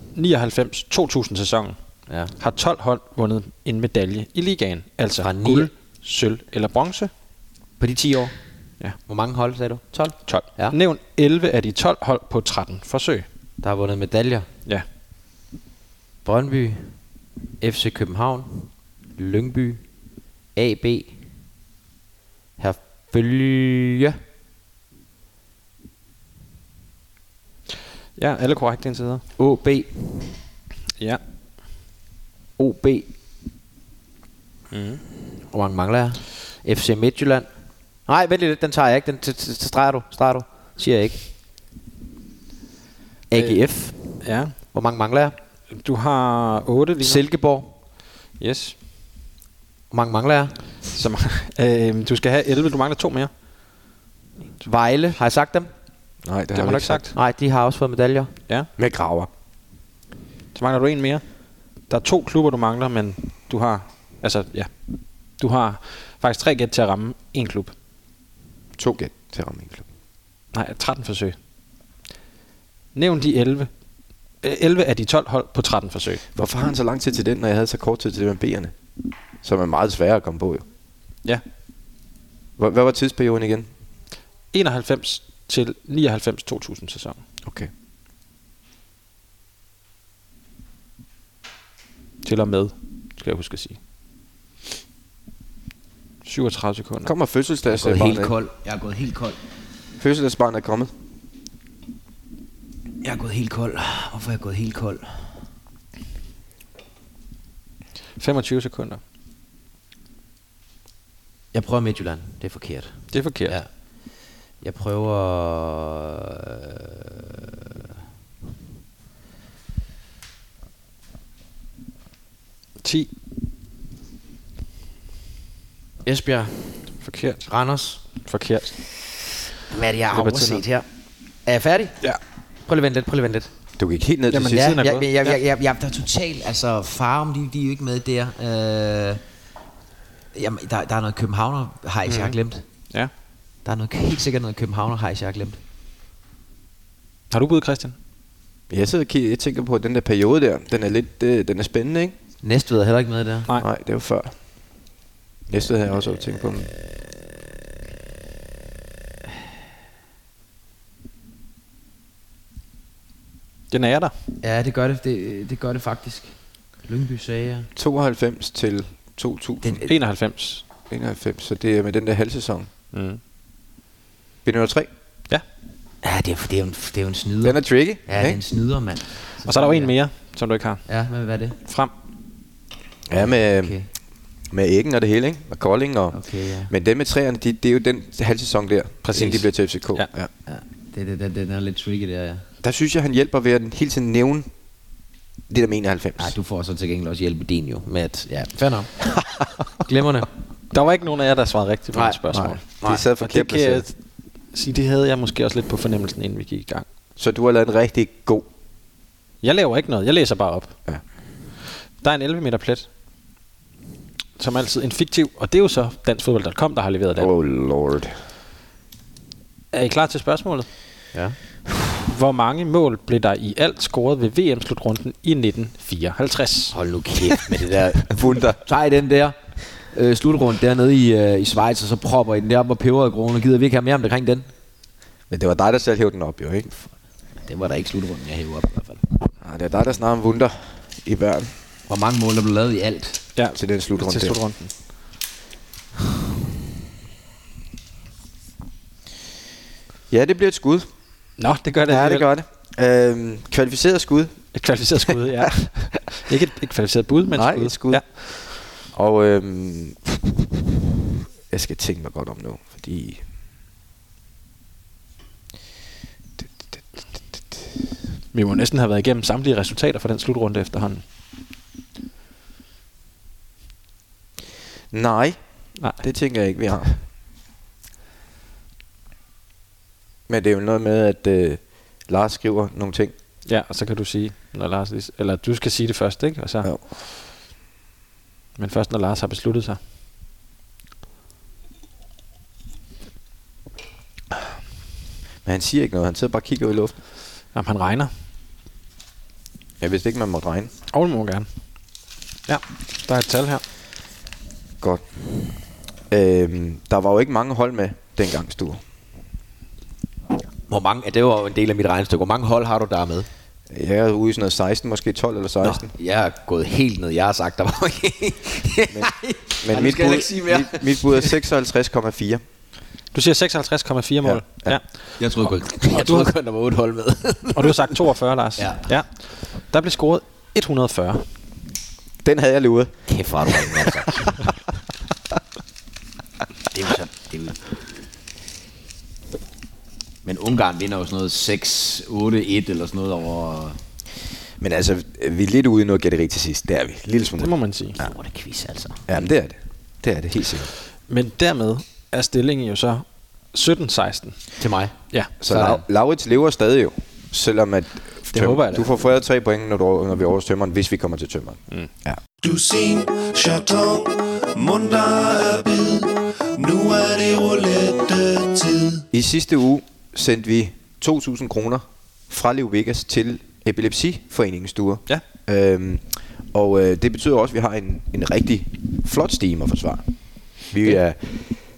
99-2000 sæsonen,
Ja.
har 12 hold vundet en medalje i ligaen. Altså
Fra
fra
ni-
guld, sølv eller bronze.
På de 10 år.
Ja.
Hvor mange hold, sagde du? 12?
12.
Ja.
Ja. Nævn 11 af de 12 hold på 13 forsøg.
Der har vundet medaljer.
Ja.
Brøndby, FC København, Lyngby, AB, Herfølge.
Ja, alle korrekte indtil videre.
OB,
Ja.
OB. Mm. Hvor mange mangler jeg? FC Midtjylland. Nej, vent lidt, den tager jeg ikke. Den t- t- t- streger du, streger du. Siger jeg ikke. Øh. AGF.
Ja.
Hvor mange mangler jeg?
Du har 8 lige nu.
Silkeborg.
Yes.
Hvor mange mangler jeg?
Så, ma- øh, du skal have 11. Du mangler to mere.
Vejle. Har jeg sagt dem?
Nej, det,
Det har du ikke sagt.
Nej, de har også fået medaljer.
Ja.
Med graver.
Så mangler du en mere. Der er to klubber, du mangler, men du har... Altså, ja. Du har faktisk tre gæt til at ramme en klub.
To gæt til at ramme en klub.
Nej, 13 forsøg. Nævn de 11. Øh, 11 af de 12 hold på 13 forsøg.
Hvorfor har han så lang tid til den, når jeg havde så kort tid til det med B'erne? Som er meget sværere at komme på, jo.
Ja.
Hvor- Hvad var tidsperioden igen?
91 til 99-2000 sæson.
Okay.
Til og med, skal jeg huske at sige. 37 sekunder.
Kommer
Jeg er gået helt
fødselsdagsbarnet.
kold. Jeg er gået helt kold.
Fødselsdagsbarnet er kommet.
Jeg er gået helt kold. Hvorfor er jeg gået helt kold?
25 sekunder.
Jeg prøver Midtjylland. Det er forkert.
Det er forkert.
Ja.
Ja.
Jeg prøver... øh,
10.
Esbjerg.
Forkert.
Randers.
Forkert.
Hvad er det, jeg har
Løber tiden
overset her? Er jeg færdig?
Ja.
Prøv lige at vente lidt, prøv lige at vente lidt.
Du gik helt ned til
Jamen,
sidst.
ja. tiden er
jeg,
gået.
jeg, jeg, jeg, jeg, jeg, der er totalt, altså Farum, de, de er jo ikke med der. Øh, jamen, der, der er noget københavner hejs, mm. jeg har glemt.
Ja.
Der er noget, helt sikkert noget københavner hejs, jeg har glemt.
Har du bud, Christian?
Jeg sidder og kigger, jeg tænker på, at den der periode der, den er lidt, øh, den er spændende, ikke?
Næstved er heller ikke med der.
Nej.
Nej, det var før. Næste havde jeg også tænkt på. men-
Den er jeg der.
Ja, det gør det, det, det, gør det faktisk.
Lyngby sagde jeg.
92 til 2091,
Den,
91.
så det er med den der halvsæson.
Mm.
Binder 3.
Ja,
ja, det er, det, er jo en, det er jo en snyder.
Den er tricky.
Ja, det er en
ikke?
snyder, mand.
og så er der jo en mere, som du ikke har.
Ja, men hvad er det?
Frem.
ja med,
Okay.
okay. Med æggen og det hele, ikke? Og kolding og...
Okay, ja.
Men dem med træerne, de, det er jo den halvsæson der,
Præcis.
inden de bliver til FCK.
Ja.
Ja, det, det, det, den er lidt tricky der, ja.
Der synes jeg, han hjælper ved at hele tiden nævne det der med 91.
Ej,
Ej,
du får så til gengæld også hjælpe din jo med at... Ja.
Fair nok. Glemmerne.
Der var ikke nogen af jer, der svarede rigtigt på
Nej,
det spørgsmål.
nej.
de sad
Og det
forkert
kan jeg
placeret.
sige, det havde jeg måske også lidt på fornemmelsen, inden vi gik i gang.
Så du har lavet en rigtig god...
Jeg laver ikke noget, jeg læser bare op.
Ja.
Der er en 11 meter plet, som er altid en fiktiv, og det er jo så danskfodbold.com, der har leveret den.
Oh lord.
Er I klar til spørgsmålet?
Ja.
Hvor mange mål blev der i alt scoret ved VM-slutrunden i 1954?
Hold nu kæft med det der.
Wunder.
Tag i den der øh, slutrunde dernede i, øh, i Schweiz, og så propper I den der op og peber og kroner. Gider vi ikke have mere omkring den?
Men det var dig, der selv hævde den op, jo, ikke?
Det var da ikke slutrunden, jeg hæver op i hvert fald.
Nej, Ah, det var dig, der snakker om Wunder i børn
Hvor mange mål der blev lavet i alt?
Ja,
til den slutrunde.
til
der.
slutrunden.
Ja, det bliver et skud.
Nå, det gør det.
Ja, det
alligevel.
gør det. Øhm, kvalificeret skud.
Et kvalificeret skud, ja. ikke et, et kvalificeret bud, men
Nej,
skud.
et skud.
Ja.
Og øhm, jeg skal tænke mig godt om nu, fordi...
Vi må næsten have været igennem samtlige resultater fra den slutrunde efterhånden.
Nej,
Nej.
det tænker jeg ikke, vi har. Men det er jo noget med, at øh, Lars skriver nogle ting.
Ja, og så kan du sige, når Lars lige, s- eller du skal sige det først, ikke? Og så,
Jo.
Men først når Lars har besluttet sig.
Men han siger ikke noget, han sidder bare og kigger ud i luften.
Jamen, han regner.
Jeg vidste ikke, man måtte regne.
Og det må man gerne. Ja, der er et tal her.
Godt. Øhm, der var jo ikke mange hold med dengang, Sture.
Hvor mange, ja, det var jo en del af mit regnestykke. Hvor mange hold har du der er med?
Jeg er ude i sådan noget 16, måske 12 eller 16.
Jeg er gået helt ned. Jeg har sagt, der var ikke... Men,
Men mit, bud, mit, mit bud er 56,4.
Du siger 56,4
Ja,
mål. Ja.
ja.
ja.
Jeg troede kun,
Jeg troede kun, der var otte hold med.
Og du har sagt 42, Lars.
Ja.
ja. Der blev scoret 140.
Den havde jeg luret.
Kæft, hvor er du ringe, altså. det er jo så... Det er jo...
Men Ungarn vinder jo sådan noget 6-8-1 eller sådan noget over...
Men altså, vi er lidt ude i noget gætteri til sidst. Det er vi. En lille smule.
Det må man sige.
Ja. Hvor er det quiz, altså.
Ja, men det er det. Det er det, helt sikkert.
Men dermed er stillingen jo så 17-16.
Til mig.
Ja.
Så Lav, Laurits lever stadig jo, selvom at det
håber jeg da.
du får fået tre point, når, du, når vi over tømmeren, hvis vi kommer til tømmeren. Mm. Ja.
Dusin, chaton, munter er bid. Nu er det roulette-tid.
I sidste uge sendte vi 2.000 kroner fra Leo Vegas til Epilepsiforeningens stuer.
Ja.
Øhm, og øh, det betyder også, at vi har en, en rigtig flot stime at forsvare. Vi er,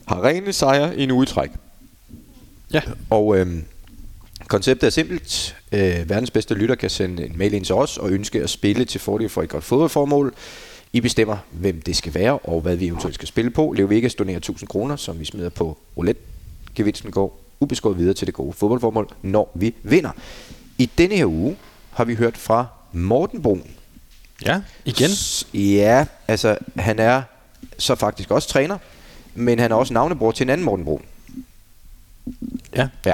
har rene sejre i en uge i træk.
Ja.
Og øhm, konceptet er simpelt. Øh, verdens bedste lytter kan sende en mail ind til os og ønske at spille til fordel for et godt fodboldformål. I bestemmer, hvem det skal være og hvad vi eventuelt skal spille på. Leo Vegas donerer 1000 kroner, som vi smider på roulette. Gevinsten går ubeskåret videre til det gode fodboldformål, når vi vinder. I denne her uge har vi hørt fra Morten Brun,
Ja. Igen.
S- Ja, altså han er så faktisk også træner, men han er også navnebror til en anden Morten Brun.
Ja.
Ja.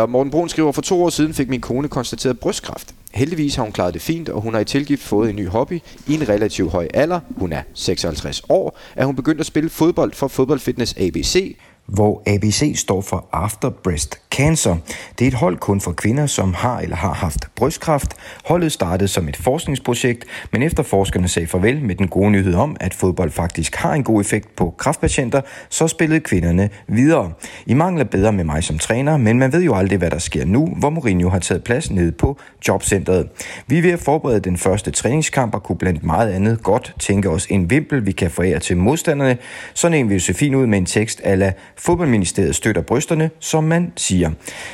Og Morten Brun skriver, for to år siden fik min kone konstateret brystkræft. Heldigvis har hun klaret det fint, og hun har i tilgift fået en ny hobby. I en relativt høj alder, hun er 56 år, er hun begyndt at spille fodbold for Fodbold Fitness ABC,
hvor ABC står for After Breast Cancer. Det er et hold kun for kvinder, som har eller har haft brystkræft. Holdet startede som et forskningsprojekt, men efter forskerne sagde farvel med den gode nyhed om, at fodbold faktisk har en god effekt på kræftpatienter, så spillede kvinderne videre. I mangler bedre med mig som træner, men man ved jo aldrig, hvad der sker nu, hvor Mourinho har taget plads nede på jobcentret. Vi er ved at forberede den første træningskamp og kunne blandt meget andet godt tænke os en vimpel, vi kan forære til modstanderne. Sådan en vil se fin ud med en tekst ala Fodboldministeriet støtter brysterne, som man siger.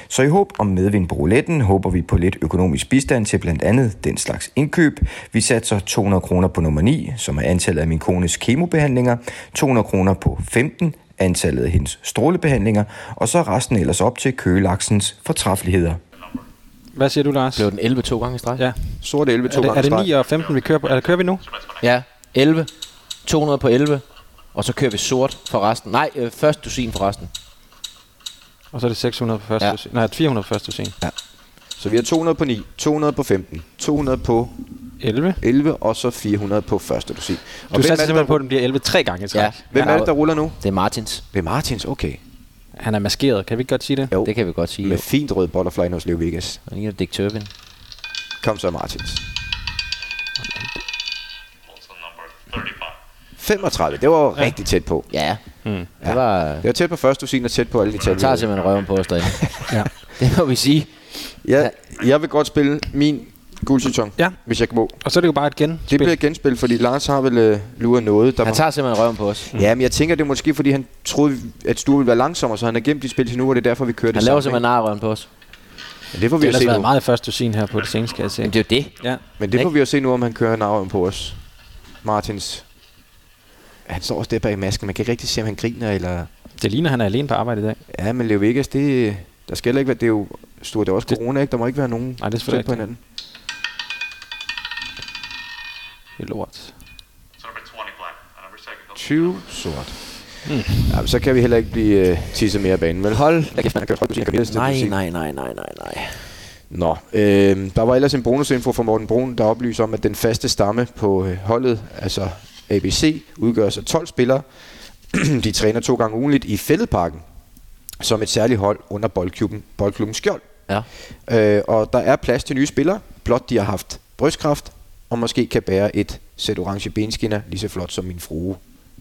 Så i håb om medvind på rouletten håber vi på lidt økonomisk bistand til blandt andet den slags indkøb. Vi satser 200 kroner på nummer 9, som er antallet af min kones kemobehandlinger, 200 kroner på 15, antallet af hendes strålebehandlinger, og så resten ellers op til kølelaksens fortræffeligheder.
Hvad siger du, Lars?
Blev den 11 to gange i streg?
Ja.
sort 11 to
Er det,
gange
er det
streg.
9 og 15, vi kører på? Er, kører vi nu?
Ja, 11.
200 på 11, og så kører vi sort for resten. Nej, øh, først dusin for resten.
Og så er det 600 på første
Ja.
ja. Nej, 400 på første scene.
Så vi har 200 på 9, 200 på 15, 200 på
11.
11, og så 400 på første dusin. Og
Du
hvem er
satte
det,
simpelthen
der-
på, at den bliver 11 tre gange i træk.
Ja.
Ja.
Hvem
Han
er
har-
det, der ruller nu?
Det er Martins.
Det er Martins, okay.
Han er maskeret, kan vi ikke godt sige det?
Jo.
Det kan vi godt sige.
Med
jo.
fint rød butterfly hos Leo Vegas.
Han ligner Dick Turbin.
Kom så, Martins. 35, det var jo rigtig tæt på.
Ja. Mm. Det var...
Det var tæt på første dusin og tæt på alle de tal.
Han tager simpelthen røven på os derinde.
Ja.
Det må vi sige.
Ja, jeg vil godt spille min guldsetong,
Ja.
hvis jeg må.
Og så er det jo bare et gen.
Det bliver et genspil, fordi Lars har vel øh, luret noget. Der
Han
var-
tager simpelthen røven på os.
Ja, men jeg tænker, det er måske, fordi han troede, at Stue ville være langsommere, så han har gemt de spil til nu, og det er derfor, vi kører
Han
det
laver
sammen.
simpelthen narrøven på os.
ikke? Men det får
Det
vi jo
har ellers
se
været
nu.
meget første scene her på det seneste, kan jeg se.
Men det er jo det.
Ja.
Men det får
ikke?
vi jo se nu, om han kører narven på os. Martins. Han står også der bag masken. Man kan ikke rigtig se, om han griner, eller...
Det ligner, han er alene på arbejde i dag.
Ja, men Leo Vegas, det... Der skal heller ikke være... Det er jo... Stue, det er også
Det-
corona, ikke? Der må ikke være nogen
Nej, det er
tæt
selvfølgelig
på
rigtigt.
hinanden.
Det er lort.
20 sort. Mm. Jamen, så kan vi heller ikke blive øh, tisset mere af banen. Men hold da kæft, man har kørt højt musik.
Nej, nej, nej, nej, nej, nej.
Nå, øh, der var ellers en bonusinfo fra Morten Brun, der oplyser om, at den faste stamme på øh, holdet, altså ABC, udgør sig 12 spillere. De træner to gange ugenligt i Fældeparken, som et særligt hold under boldklubben, boldklubben Skjold.
Ja.
Øh, og der er plads til nye spillere, blot de har haft brystkraft, og måske kan bære et sæt orange benskinner lige så flot som min frue,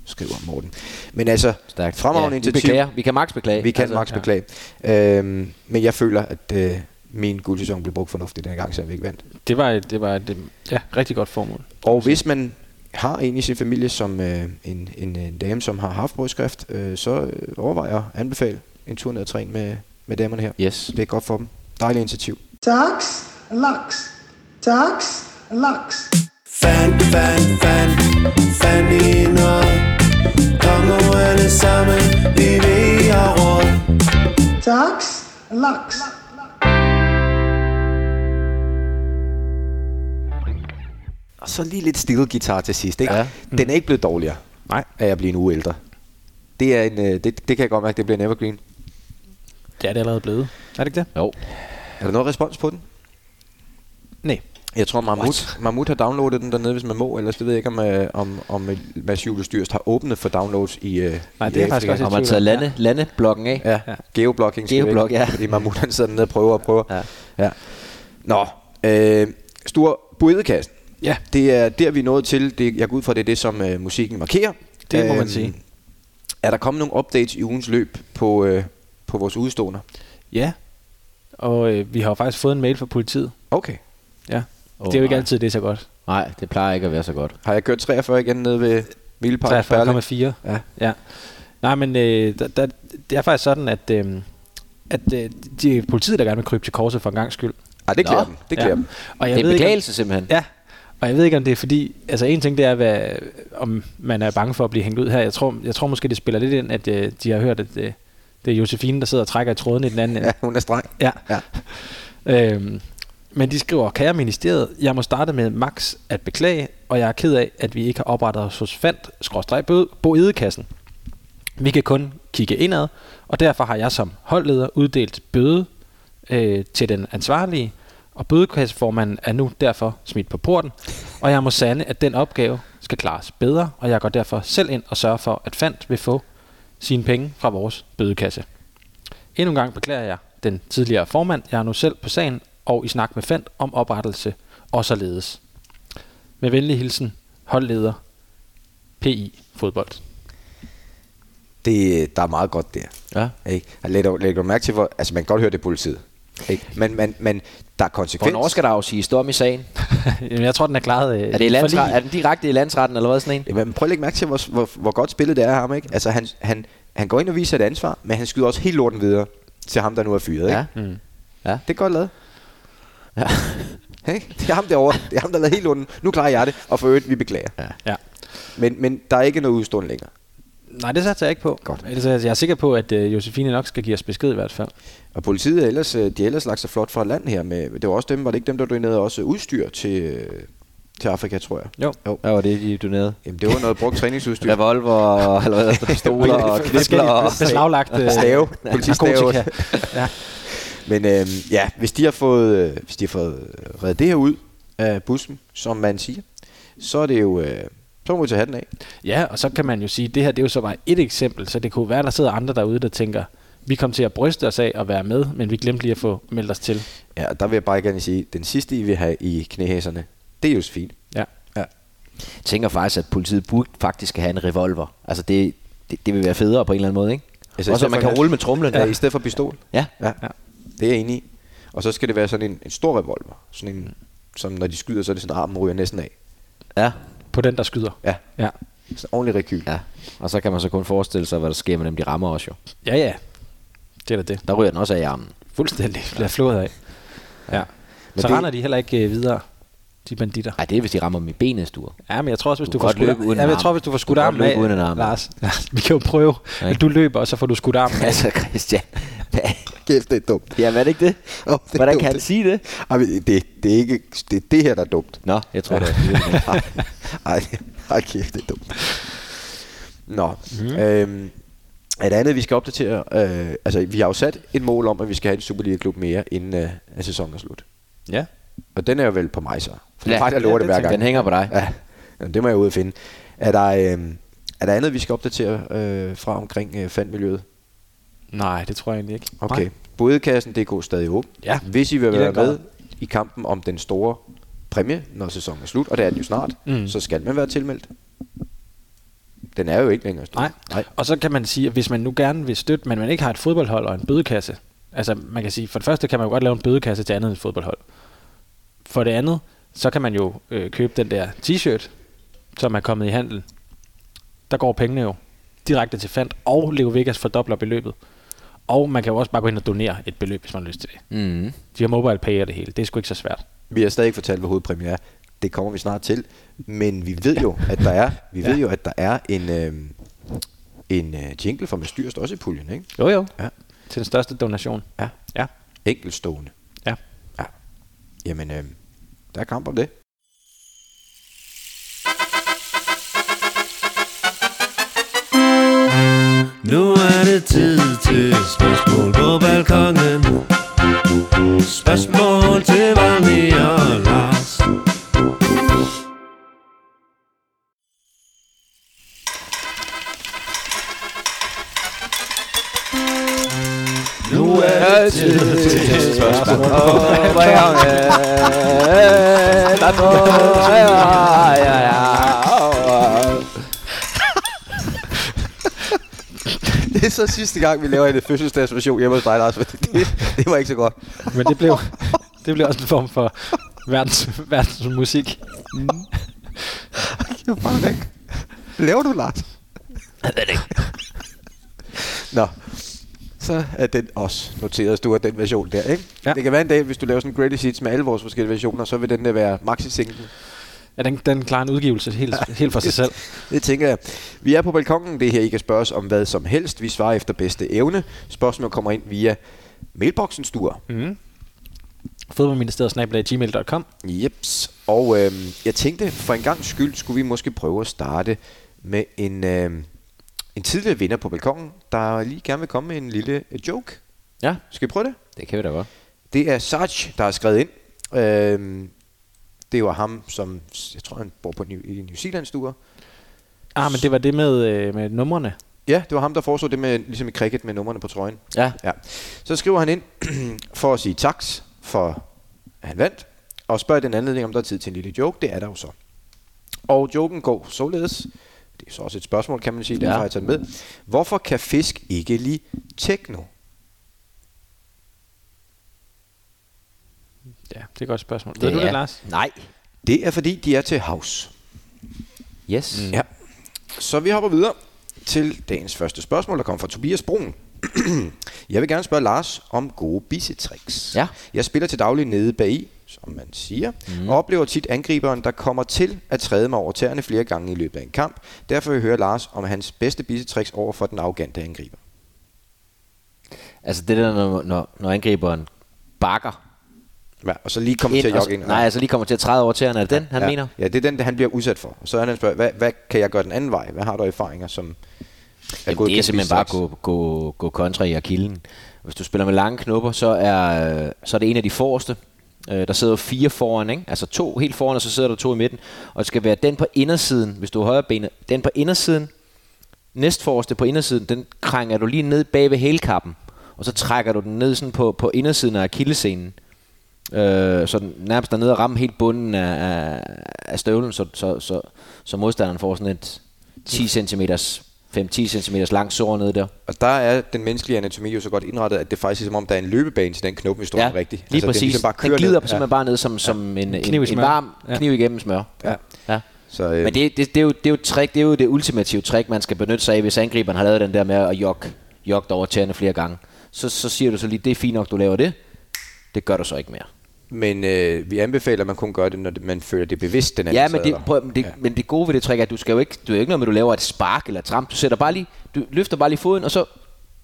skriver Morten. Men altså,
Stærkt.
fremragende
ja, vi
initiativ.
beklager. Vi kan max beklage.
Vi kan altså,
Altså,
max beklage. Ja. Øhm, men jeg føler, at øh, min guldsæson blev brugt fornuftigt den gang, så vi ikke vandt.
Det var et, det var et øhm, ja, rigtig godt formål.
Og hvis man har en i sin familie, som øh, en, en, en dame, som har haft brystskrift, øh, så øh, overvejer jeg at anbefale en tur ned og træne med, med damerne her.
Yes.
Det er godt for dem. Dejligt initiativ.
Tax, lux, tax, lux.
Fan, fan, fan, fan i noget Kongerne sammen, vi ved og råd
Tax, lux.
Og så lige lidt stille guitar til sidst. Ikke?
Ja.
Den er ikke blevet dårligere
Nej.
af at blive en uge ældre. Det, er en, øh, det, det kan jeg godt mærke, det bliver en evergreen.
Det er det allerede blevet. Er det ikke det?
Jo.
Er der noget respons på den?
Nej.
Jeg tror, Mahmoud, Mahmoud har downloadet den dernede, hvis man må. Ellers det ved jeg ikke, om, øh, om, om øh, Mads Julius Dyrst har åbnet for downloads i, øh,
Nej,
i
det er jeg faktisk
Afrika.
også i
Og man har taget lande, landeblokken af.
Ja, ja. geoblocking. skal vi
Geoblok,
ikke,
ja.
Fordi Mahmoud han sidder dernede og prøver og prøver.
Ja.
ja. Nå, øh, Stor Buedekassen.
Ja.
Det er der, vi er nået til. Det, jeg går ud fra, det er det, som øh, musikken markerer. Øhm,
Det må man sige.
Er der kommet nogle updates i ugens løb på, øh, på vores udstående?
Ja. Og øh, vi har jo faktisk fået en mail fra politiet.
Okay.
Ja.
Åh,
Oh, det er jo ikke
nej.
altid, det er så godt.
Nej, det plejer ikke at være så godt.
Har jeg kørt 43 igen nede ved Milepark?
43,4.
Ja.
Ja. Nej, men øh, der, der, det er faktisk sådan, at, øh, at øh, det er politiet, der gerne vil krybe til korset for en gang skyld.
Ej, Ah, det klæder
Nå.
dem. Det klæder ja. dem.
Og
det er en
ikke, om-
beklagelse simpelthen.
Ja, og jeg ved ikke, om det er fordi... Altså, en ting, det er, hvad, om man er bange for at blive hængt ud her. Jeg tror, jeg tror måske, det spiller lidt ind, at øh, de har hørt, at øh, det er Josefine, der sidder og trækker i tråden i den anden ende.
Ja, hun er streng.
Ja.
Ja.
Øhm, men de skriver, kære ministeriet, jeg må starte med max at beklage, og jeg er ked af, at vi ikke har oprettet os hos Fandt, skråstreg boedekassen. Vi kan kun kigge indad, og derfor har jeg som holdleder uddelt bøde øh, til den ansvarlige, og bødekasseformanden er nu derfor smidt på porten, og jeg må sande, at den opgave skal klares bedre, og jeg går derfor selv ind og sørger for, at Fandt vil få sine penge fra vores bødekasse. Endnu en gang beklager jeg den tidligere formand. Jeg er nu selv på sagen og i snak med Fendt om oprettelse og således. Med venlig hilsen, holdleder PI Fodbold.
det, øh, der er meget godt der.
Ja.
Ikke? Og læg, læg du mærke til, hvor, altså man kan godt høre, det er politiet. Ikke? Men, men, men der er konsekvens.
Hvornår skal der afsiges dom i sagen?
Jamen, jeg tror, den er klaret. Øh,
Er, det i
forlig.
landsret, er den direkte i landsretten, eller hvad sådan en?
Jamen, prøv at lægge mærke til, hvor, hvor, hvor godt spillet det er af ham. Ikke? Altså, han, han, han går ind og viser et ansvar, men han skyder også helt lorten videre til ham, der nu er fyret.
Ja.
Ikke?
Mm.
Det er godt lavet. Ja. Ikke? Det er ham derovre. Det er ham, der lavede helt lorten. Nu klarer jeg det, og for øvrigt, vi beklager. Ja.
Ja.
Men, men der er ikke noget udstående længere.
Nej, det satser jeg ikke på.
Godt.
Ellers, er jeg jeg er sikker på, at øh, Josefine nok skal give os besked i hvert fald.
Og politiet er ellers, øh, de har ellers lagt sig flot fra land her. Med, det var også dem, var det ikke dem, der donerede også udstyr til, øh, til Afrika, tror jeg.
Jo.
jo.
Hvad var det, de donerede?
Jamen, det var noget brugt træningsudstyr.
Revolver og eller hvad, pistoler og knibler
Forskellige
og...
beslaglagt øh,
Stave. Politistave.
narkotika. Ja.
Men øhm, ja, hvis de har fået, øh, hvis de har fået øh, reddet det her ud af bussen, som man siger, så er det jo... Øh, så må vi tage hatten af.
Ja, og så kan man jo sige, at det her det er jo så bare et eksempel, så det kunne være, at der sidder andre derude, der tænker, vi kom til at bryste os af at være med, men vi glemte lige at få meldt os til.
Ja, og der vil jeg bare gerne sige, at den sidste, I vil have i knæhæserne, det er Altså, Josefine.
Ja.
Jeg tænker faktisk, at politiet burde faktisk have en revolver. Altså, det, det, det vil være federe på en eller anden måde, ikke?
Altså,
Altså,
i
Også,
stedet
at man
for
kan
en-
rulle med trumlen.
Ja. I stedet for pistol.
ja.
Ja, ja. det er jeg enig i. Og så skal det være sådan en, en stor revolver. Sådan en, som når de skyder, så er det sådan, at armen ryger næsten af.
ja.
På den, der skyder.
Ja,
Ja,
sådan en ordentlig rekyl.
Ja. Og så kan man så kun forestille sig, hvad der sker med dem, de rammer også jo.
ja. ja. Det er da det.
Der ryger den også af i armen.
Fuldstændig bliver flået af. Ja. Så
det-
render de heller ikke øh, videre, de banditter.
Nej, det er, hvis de rammer dem i benet, du.
Ja, men jeg tror også, hvis
Du
du,
kan
får
godt
skudt,
løbe uden
ja,
en
men jeg
arm.
tror, hvis du får
Du
skudt
kan godt
armen
løbe
af,
uden en arm.
Lars, vi kan jo prøve.
Ja.
Du løber, og så får du skudt armen af.
Altså, Christian.
Kæft, det er dumt.
ja, hvad er det ikke det?
Åh, det er
Hvordan
dumt,
kan han
det.
sige det?
Ej, men det, det, er ikke, det er det her, der er dumt.
Nå, jeg tror det.
Ej, ej, ej, kæft, det er dumt. Nå,
Mhm.
mm. øhm, et andet, vi skal opdatere, øh, altså vi har jo sat et mål om, at vi skal have en Superliga-klub mere, inden øh, at sæsonen er slut.
Ja.
Og den er jo vel på mig så. For ja, det
Ja,
er mig, der lover
ja,
det
det
hver
tænker
gang.
jeg. Den hænger på dig.
Ja, jamen, det må jeg ud og finde. Er der, øh, er der andet, vi skal opdatere øh, fra omkring øh, fandmiljøet?
Nej, det tror jeg egentlig ikke.
Okay.
Nej.
Nej. Bodekassen DK er stadig åben.
Ja,
Hvis I vil
i den
være med
grad.
i kampen om den store præmie, når sæsonen er slut, og det er den jo snart,
Mm.
mm. så skal man være tilmeldt. Den er jo ikke længere slut.
Nej. Nej. Og så kan man sige, at hvis man nu gerne vil støtte, men man ikke har et fodboldhold og en bødekasse, altså man kan sige, for det første kan man jo godt lave en bødekasse til andet end et fodboldhold. For det andet, så kan man jo øh, købe den der t-shirt, som er kommet i handel. Der går pengene jo direkte til fandt, og Leo Vegas fordobler beløbet. Og man kan jo også bare gå ind og donere et beløb, hvis man har lyst til det.
Mm.
De har mobile pay og det hele. Det er sgu ikke så svært.
Vi har stadig ikke fortalt, hvad hovedpræmien er. Det kommer vi snart til. Men vi ved jo, at der er, vi ved jo, at der er en, øh, en øh, jingle fra Mestyrst også i puljen, ikke?
Jo jo.
Ja.
Til den største donation.
Ja.
Ja.
Enkeltstående.
Ja.
ja. Jamen, øh, der er kamp om det.
Nu er det tid til spørgsmål på balkongen Spørgsmål til Valmi og Lars Nu er det tid til spørgsmål
Det er så sidste gang, vi laver en fødselsdagsversion hjemme hos dig, Lars, for det, det, det var ikke så godt.
Men det blev, det blev også en form for verdens, verdens musik.
Det var bare væk. Laver du, Lars? Nå, så er den også noteret, at du har den version der, ikke?
Ja.
Ja. Det kan være en dag, hvis du laver sådan en greatest hits med alle vores forskellige versioner, så vil den der være maxi singlen.
Ja, den, den klarer en udgivelse helt, ja. helt for sig selv.
Det tænker jeg. Vi er på balkongen. Det er her, I kan spørge os om hvad som helst. Vi svarer efter bedste evne. Spørgsmål kommer ind via mailboksen, Sture.
Fodboldministeriet snabel gmail.com.
Jeps. Og øh, jeg tænkte, for en gang skyld skulle vi måske prøve at starte med en, øh, en tidligere vinder på balkongen, der lige gerne vil komme med en lille øh, joke.
Ja,
Skal vi prøve det?
det kan vi da godt.
Det er Sarge, der har skrevet ind. Øh, det var ham, som jeg tror, han bor på New, i New Zealand stuer.
Ah, men det var det med, øh, med numrene.
Ja, det var ham, der foreslog det med, ligesom i cricket med numrene på trøjen.
Ja.
Ja. Så skriver han ind for at sige tak for, at han vandt, og spørger i den anledning, om der er tid til en lille joke. Det er der jo så. Og joken går således. Det er så også et spørgsmål, kan man sige, derfor
Ja.
har jeg taget den med. Hvorfor kan fisk ikke lide techno?
Ja, det er et godt spørgsmål. Ved du det,
er-
Lars?
Nej.
Det er fordi, de er til havs.
Yes. Mm.
Ja. Så vi hopper videre til dagens første spørgsmål, der kommer fra Tobias Brun. jeg vil gerne spørge Lars om gode bissetricks.
Ja.
Jeg spiller til daglig nede bagi, som man siger,
Mhm.
mm. og oplever tit angriberen, der kommer til at træde mig over tæerne flere gange i løbet af en kamp. Derfor vil jeg høre Lars om hans bedste bissetricks over for den arrogante angriber.
Altså det der, når, når, når angriberen bakker,
Ja, og så lige kommer til at
og
jogge
så-
ind.
Nej, altså lige kommer til at træde over til han. Er det den, han
ja.
mener?
Ja, det er den, han bliver udsat for. Og så er han spørger, hvad, hvad kan jeg gøre den anden vej? Hvad har du af erfaringer, som er
Jamen, det er
gennem
simpelthen bare at
straks?
gå, gå, gå kontra i akillen. Hvis du spiller med lange knopper, så er, øh, så er det en af de forreste. Øh, Der sidder jo fire foran, ikke? altså to helt foran, og så sidder der to i midten. Og det skal være den på indersiden, hvis du er højre benet. Den på indersiden, næstforreste på indersiden, den krænger du lige ned bag ved hælkappen. Og så trækker du den ned sådan på, på indersiden af akillescenen. Øh, så den nærmest dernede og ramme helt bunden af, af, af støvlen, så, så, så, så modstanderen får sådan et 10 cm 5-10 cm lang sår nede der.
Og der er den menneskelige anatomi jo så godt indrettet, at det faktisk er som om, der er en løbebane til den knop, hvis du ja, rigtigt.
lige præcis.
Den, ligesom bare kører
den glider
ned.
simpelthen bare ned som, som en, en,
Kniv i
en,
smør.
varm
Ja.
kniv igennem smør. Ja. ja.
Så, øh,
Men det, det, det, er jo, det er jo et trick, det er jo det ultimative trick, man skal benytte sig af, hvis angriberen har lavet den der med at jogge, jogge over tæerne flere gange. Så, så siger du så lige, det er fint nok, du laver det. Det gør du så ikke mere.
Men øh, vi anbefaler, at man kun gør det, når det- man føler det er bevidst, den anden
Ja, men det,
sadler.
prøv, men, det, ja. men det gode ved det trick er, at du skal jo ikke, du er jo ikke noget med, at du laver et spark eller et tramp. Du sætter bare lige, du løfter bare lige foden, og så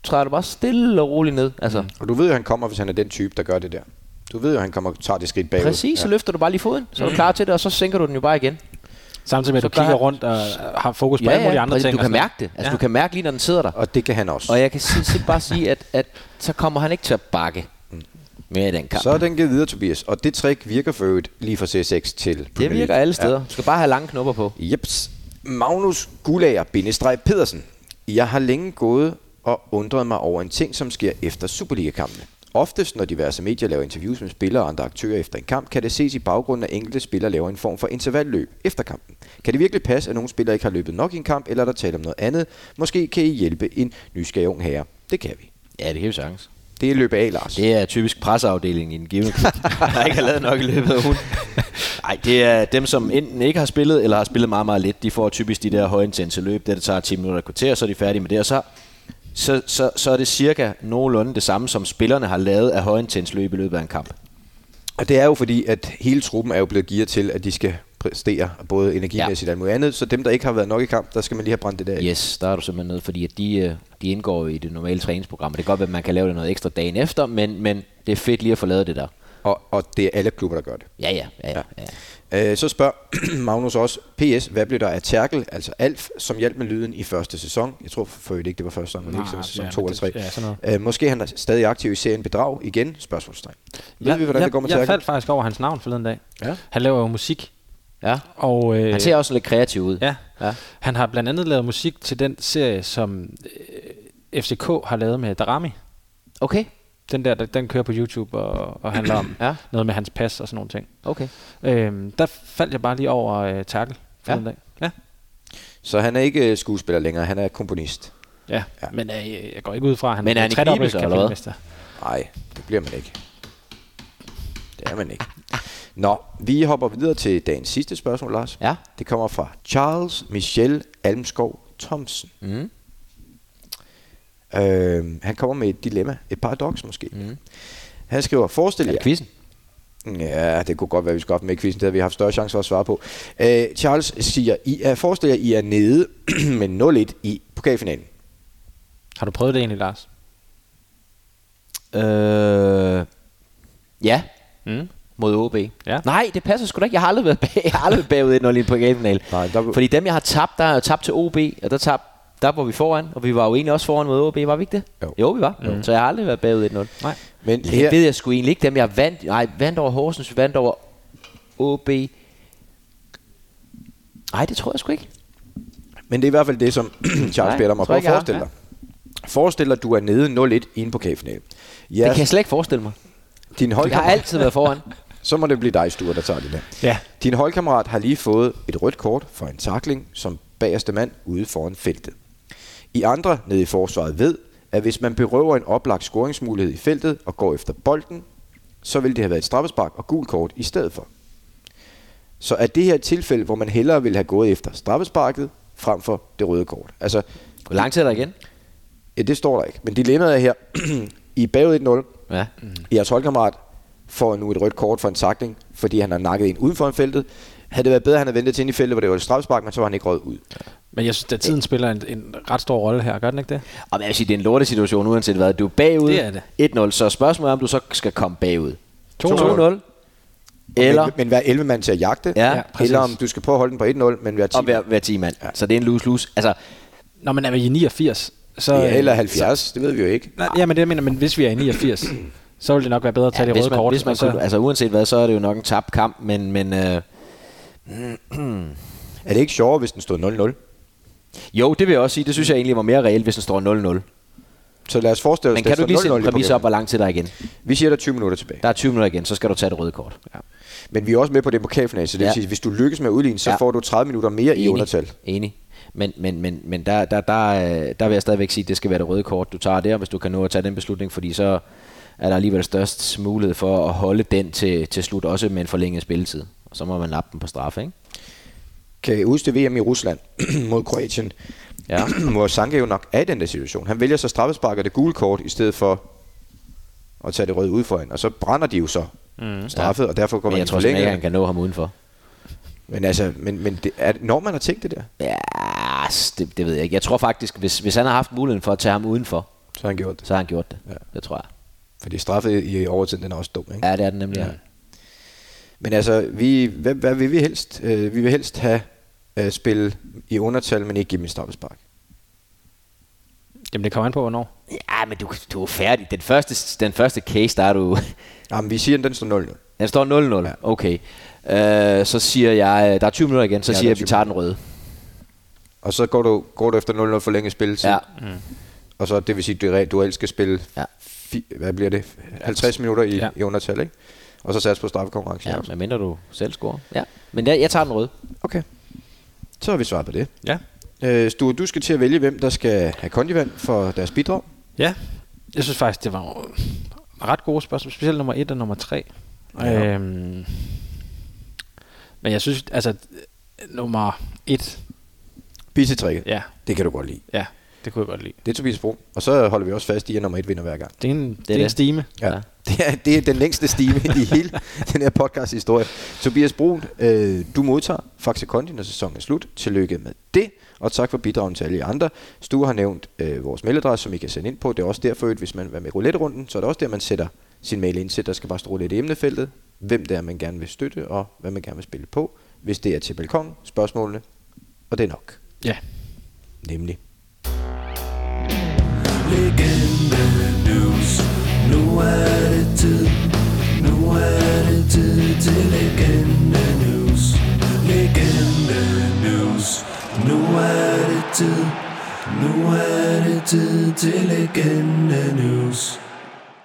træder du bare stille og roligt ned. Altså, mm.
Og du ved jo, han kommer, hvis han er den type, der gør det der. Du ved jo, han kommer og tager det skridt bagud.
Præcis, så løfter du bare lige foden, så er du klar til det, og så sænker Mm. du den jo bare igen.
Samtidig med, at
Så
du
gør
kigger
han-
rundt og har fokus på alle mulige andre
præcis,
ting.
Du
og
kan
sådan
mærke det.
noget.
Altså, ja. du kan mærke lige, når den sidder der.
Og det kan han også.
Og jeg kan si- si- bare sige, at, at så kommer han ikke til at bakke mere i den kamp.
Så er den givet videre, Tobias. Og det trick virker for øvrigt lige fra C6 til Premier
det virker
League.
alle steder. Du skal bare have lange knopper på.
Jeps. Magnus Gulager, bindestreg Pedersen. Jeg har længe gået og undret mig over en ting, som sker efter Superliga-kampene. Oftest, når diverse medier laver interviews med spillere og andre aktører efter en kamp, kan det ses i baggrunden, at enkelte spillere laver en form for intervalløb efter kampen. Kan det virkelig passe, at nogle spillere ikke har løbet nok i en kamp, eller er der tale om noget andet? Måske kan I hjælpe en nysgerrig ung herre. Det kan vi.
Ja, det kan vi sagtens.
Det er løbet af, Lars.
Det er typisk presseafdelingen i en given klub, der ikke har lavet nok i løbet af ugen. Nej, det er dem, som enten ikke har spillet, eller har spillet meget, meget lidt. De får typisk de der højintense løb, der det tager 10 minutter at kvarter, så er de færdige med det. Og så, så, så, så er det cirka nogenlunde det samme, som spillerne har lavet af højintense løb i løbet af en kamp.
Og det er jo fordi, at hele truppen er jo blevet gearet til, at de skal præstere både energimæssigt ja. og alt muligt andet. Så dem, der ikke har været nok i kamp, der skal man lige have brændt det der af.
Yes, der er du simpelthen nødt, fordi at de, øh, de indgår jo i det normale træningsprogram. Og det kan godt være, at man kan lave det noget ekstra dagen efter, men, men det er fedt lige at få lavet det der.
Og, og det er alle klubber, der gør det.
Ja, ja, ja. ja. ja.
Øh, så spørger Magnus også, PS, hvad blev der af Terkel, altså Alf, som hjalp med lyden i første sæson? Jeg tror for øvrigt ikke, det var første sæson, men ikke sådan sæson
ja,
2
men
eller 3.
det- ja, sådan
øh, måske han er stadig aktiv i serien Bedrag igen? Spørgsmålstegn. Ved
Jeg-
vi, hvordan
jeg,
det går med
Jeg
Terkel?
faldt faktisk over hans navn forleden dag.
Ja.
Han laver jo musik.
ja.
Og, øh,
Han ser også lidt kreativ ud.
Ja.
Ja.
ja. Han har blandt andet lavet musik til den serie, som øh, FCK har lavet med Darami.
Okay,
Den der, der- den kører på YouTube og, og handler om
Ja.
ja. noget med hans pas og sådan nogle ting.
okay.
Øhm, der faldt jeg bare lige over øh, Terkel forleden
Ja.
ja. dag. Ja.
Så han er ikke øh, skuespiller længere, han er komponist.
Ja.
Ja.
ja, men øh, jeg går ikke ud fra, at han
Men er han i knibe
tredobbelt
så, eller hvad?
kapelmester.
Nej, det bliver man ikke. Det er man ikke. Nå, vi hopper videre til dagens sidste spørgsmål, Lars.
Ja.
Det kommer fra Charles Michel Almskov Thomsen.
Mm.
Øh, han kommer med et dilemma, et paradoks måske. Mm. Han skriver, forestil
Er
jer...
det quizzen?
Ja, det kunne godt være, vi skulle have haft med i quizzen. Det havde vi haft større chance for at svare på. Øh, Charles siger, I er, forestil jer, I er nede med 0-1 i pokalfinalen.
Har du prøvet det egentlig, Lars?
Øh, ja,
Mm.
mod OB.
Ja.
Nej, det passer sgu da ikke. Jeg har aldrig været, bag, jeg har aldrig været bagud 1-0 i en pokalfinale.
Nej, der-
Fordi dem, jeg har tabt, der har jeg jo tabt til OB, og der, tab, der var vi foran, og vi var jo egentlig også foran mod OB, var vi ikke det?
Jo.
jo vi var. Mm. Så jeg har aldrig været bagud 1-0. Nej.
Men
Det
her-
ved jeg sgu egentlig ikke. Dem, jeg vandt, nej, vandt over Horsens, vi vandt over OB. Nej, det tror jeg sgu ikke.
Men det er i hvert fald det, som Charles beder
Nej,
dig om at
tror
prøve at
jeg ikke, jeg
forestille
har.
dig. Forestil dig, du er nede 0-1 i en pokalfinale.
Det
Jeres,
kan jeg slet ikke forestille mig.
din
Jeg har
holdkammerat,
altid været foran.
så må det blive dig, Sture, der tager det der.
Ja.
Din holdkammerat har lige fået et rødt kort for en takling som bagerste mand ude foran feltet. I andre nede i forsvaret ved, at hvis man berøver en oplagt scoringsmulighed i feltet og går efter bolden, så vil det have været et straffespark og gul kort i stedet for. Så er det her et tilfælde, hvor man hellere vil have gået efter straffesparket frem for det røde kort. Altså,
Hvor lang tid er der igen?
Ja, det står der ikke. Men dilemmaet er her. I er bagud 1-0.
Ja.
Jeres Mm. holdkammerat får nu et rødt kort for en takling, fordi han har nakket en uden for en feltet. Havde det været bedre, at han havde ventet til ind i feltet, hvor det var et straffespark, men så var han ikke rødt ud.
Men jeg synes, at tiden spiller en, en ret stor rolle her, gør den ikke det?
Og jeg vil sige, det er en lortesituation, uaanset hvad. Du er bagud
Det er
1-0, så spørgsmålet er, om du så skal komme bagud. 2-0.
2-0.
Eller-
Men, men hver 11 mand til at jagte.
Ja, præcis.
eller om du skal prøve at holde den på 1-0, men hver 10.
Og hver, hver 10 mand. Ja. Så det er en lose-lose. Altså,
Når man er i 89, så...
ja, eller
øh,
70, det ved vi jo ikke.
Nej, ja, men det jeg mener, men hvis vi er i 89, så vil det nok være bedre at tage ja, det
hvis
røde
man,
kort.
hvis man
og så,
kunne, altså uanset hvad, så er det jo nok en tabt kamp, men, men øh,
Er det ikke sjovere, hvis den stod 0-0?
jo, det vil jeg også sige. Det synes jeg egentlig var mere reelt, hvis den står 0-0.
Så lad os forestille os,
Men kan
det
du lige
står 0-0
sætte en
i
præmisse op, hvor
pokalen.
lang tid der er igen?
Vi siger, der er 20 minutter tilbage.
Der er 20 minutter igen, så skal du tage det røde kort. Ja.
Men vi er også med på det pokalfinale, så det vil
Ja.
sige, hvis du lykkes med at udligne, så
Ja.
får du 30 minutter mere i undertal.
Enig. Men, men, men, men der, der, der, øh, der vil jeg stadigvæk sige, at det skal være det røde kort, du tager der, hvis du kan nå at tage den beslutning, fordi så er der alligevel størst mulighed for at holde den til, til slut, også med en forlænget spilletid. Og så må man lappe den på straf, ikke?
Kan I huske det VM i Rusland mod Kroatien?
Ja.
hvor Sanke jo nok er i den der situation. Han vælger så straffespark og det gule kort, i stedet for at tage det røde ud foran. Og så brænder de jo så mm. straffet, ja. og derfor går
Men
man
jeg
i
tror simpelthen ikke, han
forlængelse.
kan nå ham udenfor.
Men altså, men, men det, er, når man har tænkt det der,
Ja, s- det, det ved jeg ikke. Jeg tror faktisk, hvis, hvis han har haft muligheden for at tage ham udenfor,
så har han gjort det.
så har han gjort det. Ja. Det tror jeg.
Fordi straffet i overtiden, den er også dum, ikke?
Ja, det er den nemlig. Ja.
Men altså, vi, hvad, hvad vil vi helst? Øh, vi vil helst have øh, spille i undertal, men ikke give dem et straffespark.
Jamen, det kommer an på, hvornår.
ja, men du, du er færdig. Den første, den første case, der er du...
Jamen, vi siger, at den står 0
Den står 0-0. Okay. Øh, så siger jeg... Der er 20 minutter igen, så
Ja,
ja,
der er
siger jeg, at vi
20
tager den røde.
Og så går du, går du efter 0-0 for længe spilletid. Mm.
Ja.
Og så det vil sige, at du re- du reelt skal spille, ja.
Ja.
fi, hvad bliver det, 50 minutter i, ja.
Ja.
i undertal, ikke? Og så sats på straffekonkurrence.
Ja,
Ja.
medmindre du selv scorer. Ja. Men jeg, jeg tager den røde.
Okay. Så har vi svaret på det.
Ja.
Øh, Sture, du skal til at vælge, hvem der skal have kondivand for deres bidrag.
Ja, jeg synes faktisk, det var jo ret gode spørgsmål, specielt nummer 1 og nummer 3. Ja. Øhm, men jeg synes, altså, nummer 1,
Bissetrækket.
ja,
Det kan du godt lide.
ja, det kunne jeg godt lide.
Det er Tobias Bro. Og så holder vi også fast i, at nummer et vinder hver gang.
Det er en, det er en
det.
stime.
Ja. Det, er, det er den længste stime i hele den her podcast-historie. Tobias Brun, øh, du modtager Faxe Kondi, når sæsonen er slut. Tillykke med det, og tak for bidragen til alle jer andre. Stue har nævnt øh, vores mailadresse, som I kan sende ind på. Det er også derfor, at hvis man vil være med i roulette-runden, så er det også der, man sætter sin mail ind til. Der skal bare stå lidt i emnefeltet, hvem det er, man gerne vil støtte, og hvad man gerne vil spille på. Hvis det er til balkon, spørgsmålene, og det er nok.
Ja.
Nemlig.
Legende news Nu er det tid Nu er det tid til legende news Legende news Nu er det tid Nu er det tid til legende news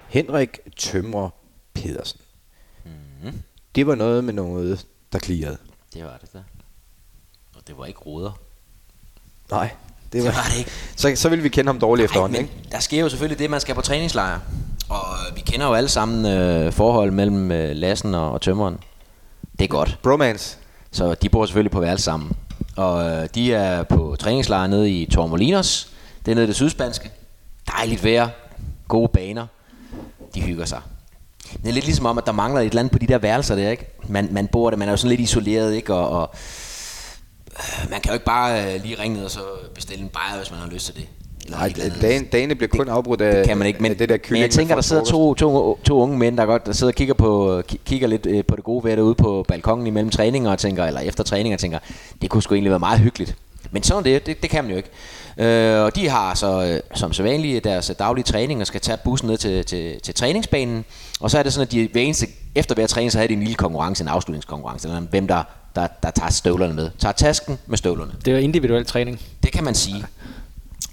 Henrik Tømrer Pedersen. Mm.
Mhm.
Det var noget med noget, der klirrede.
Det var det der. Og det var ikke ruder.
Nej, det var,
Det var det ikke.
Så, så ville vi kende ham dårligt
Ej,
efterhånden,
men
ikke?
der sker jo selvfølgelig det, man skal på træningslejr. Og øh, vi kender jo alle sammen øh, forhold mellem øh, Lassen og, og Tømmeren. Det er godt.
Bromance.
Så de bor selvfølgelig på værelse sammen. Og øh, de er på træningslejr nede i Tormolinos. Det er nede i det sydspanske. Dejligt vejr. Gode baner. De hygger sig. Det er lidt ligesom om, at der mangler et eller andet på de der værelser der, ikke? Man, man bor der, man er jo sådan lidt isoleret, ikke? Og, og øh, man kan jo ikke bare øh, lige ringe ned og så bestille en bajer, hvis man har lyst til det. Eller
Nej,
et eller andet.
dagen, dagene bliver kun afbrudt af,
Det kan man ikke, men,
af det der
men
kylling.
jeg tænker, der
man får
sidder to, to, to unge mænd, der godt der sidder og kigger, på, ki- kigger lidt øh, på det gode vejr derude på balkongen imellem træninger og tænker, eller efter træninger og tænker, det kunne sgu egentlig være meget hyggeligt. Men sådan er det, det, det kan man jo ikke. Øh, og de har så øh, som så vanligt deres øh, daglige træning og skal tage bussen ned til, til, til træningsbanen. Og så er det sådan, at de hver eneste, efter hver træning, så havde de en lille konkurrence, en afslutningskonkurrence, eller hvem der, der, der tager støvlerne med. Tager tasken med støvlerne.
Det var individuel træning.
Det kan man sige.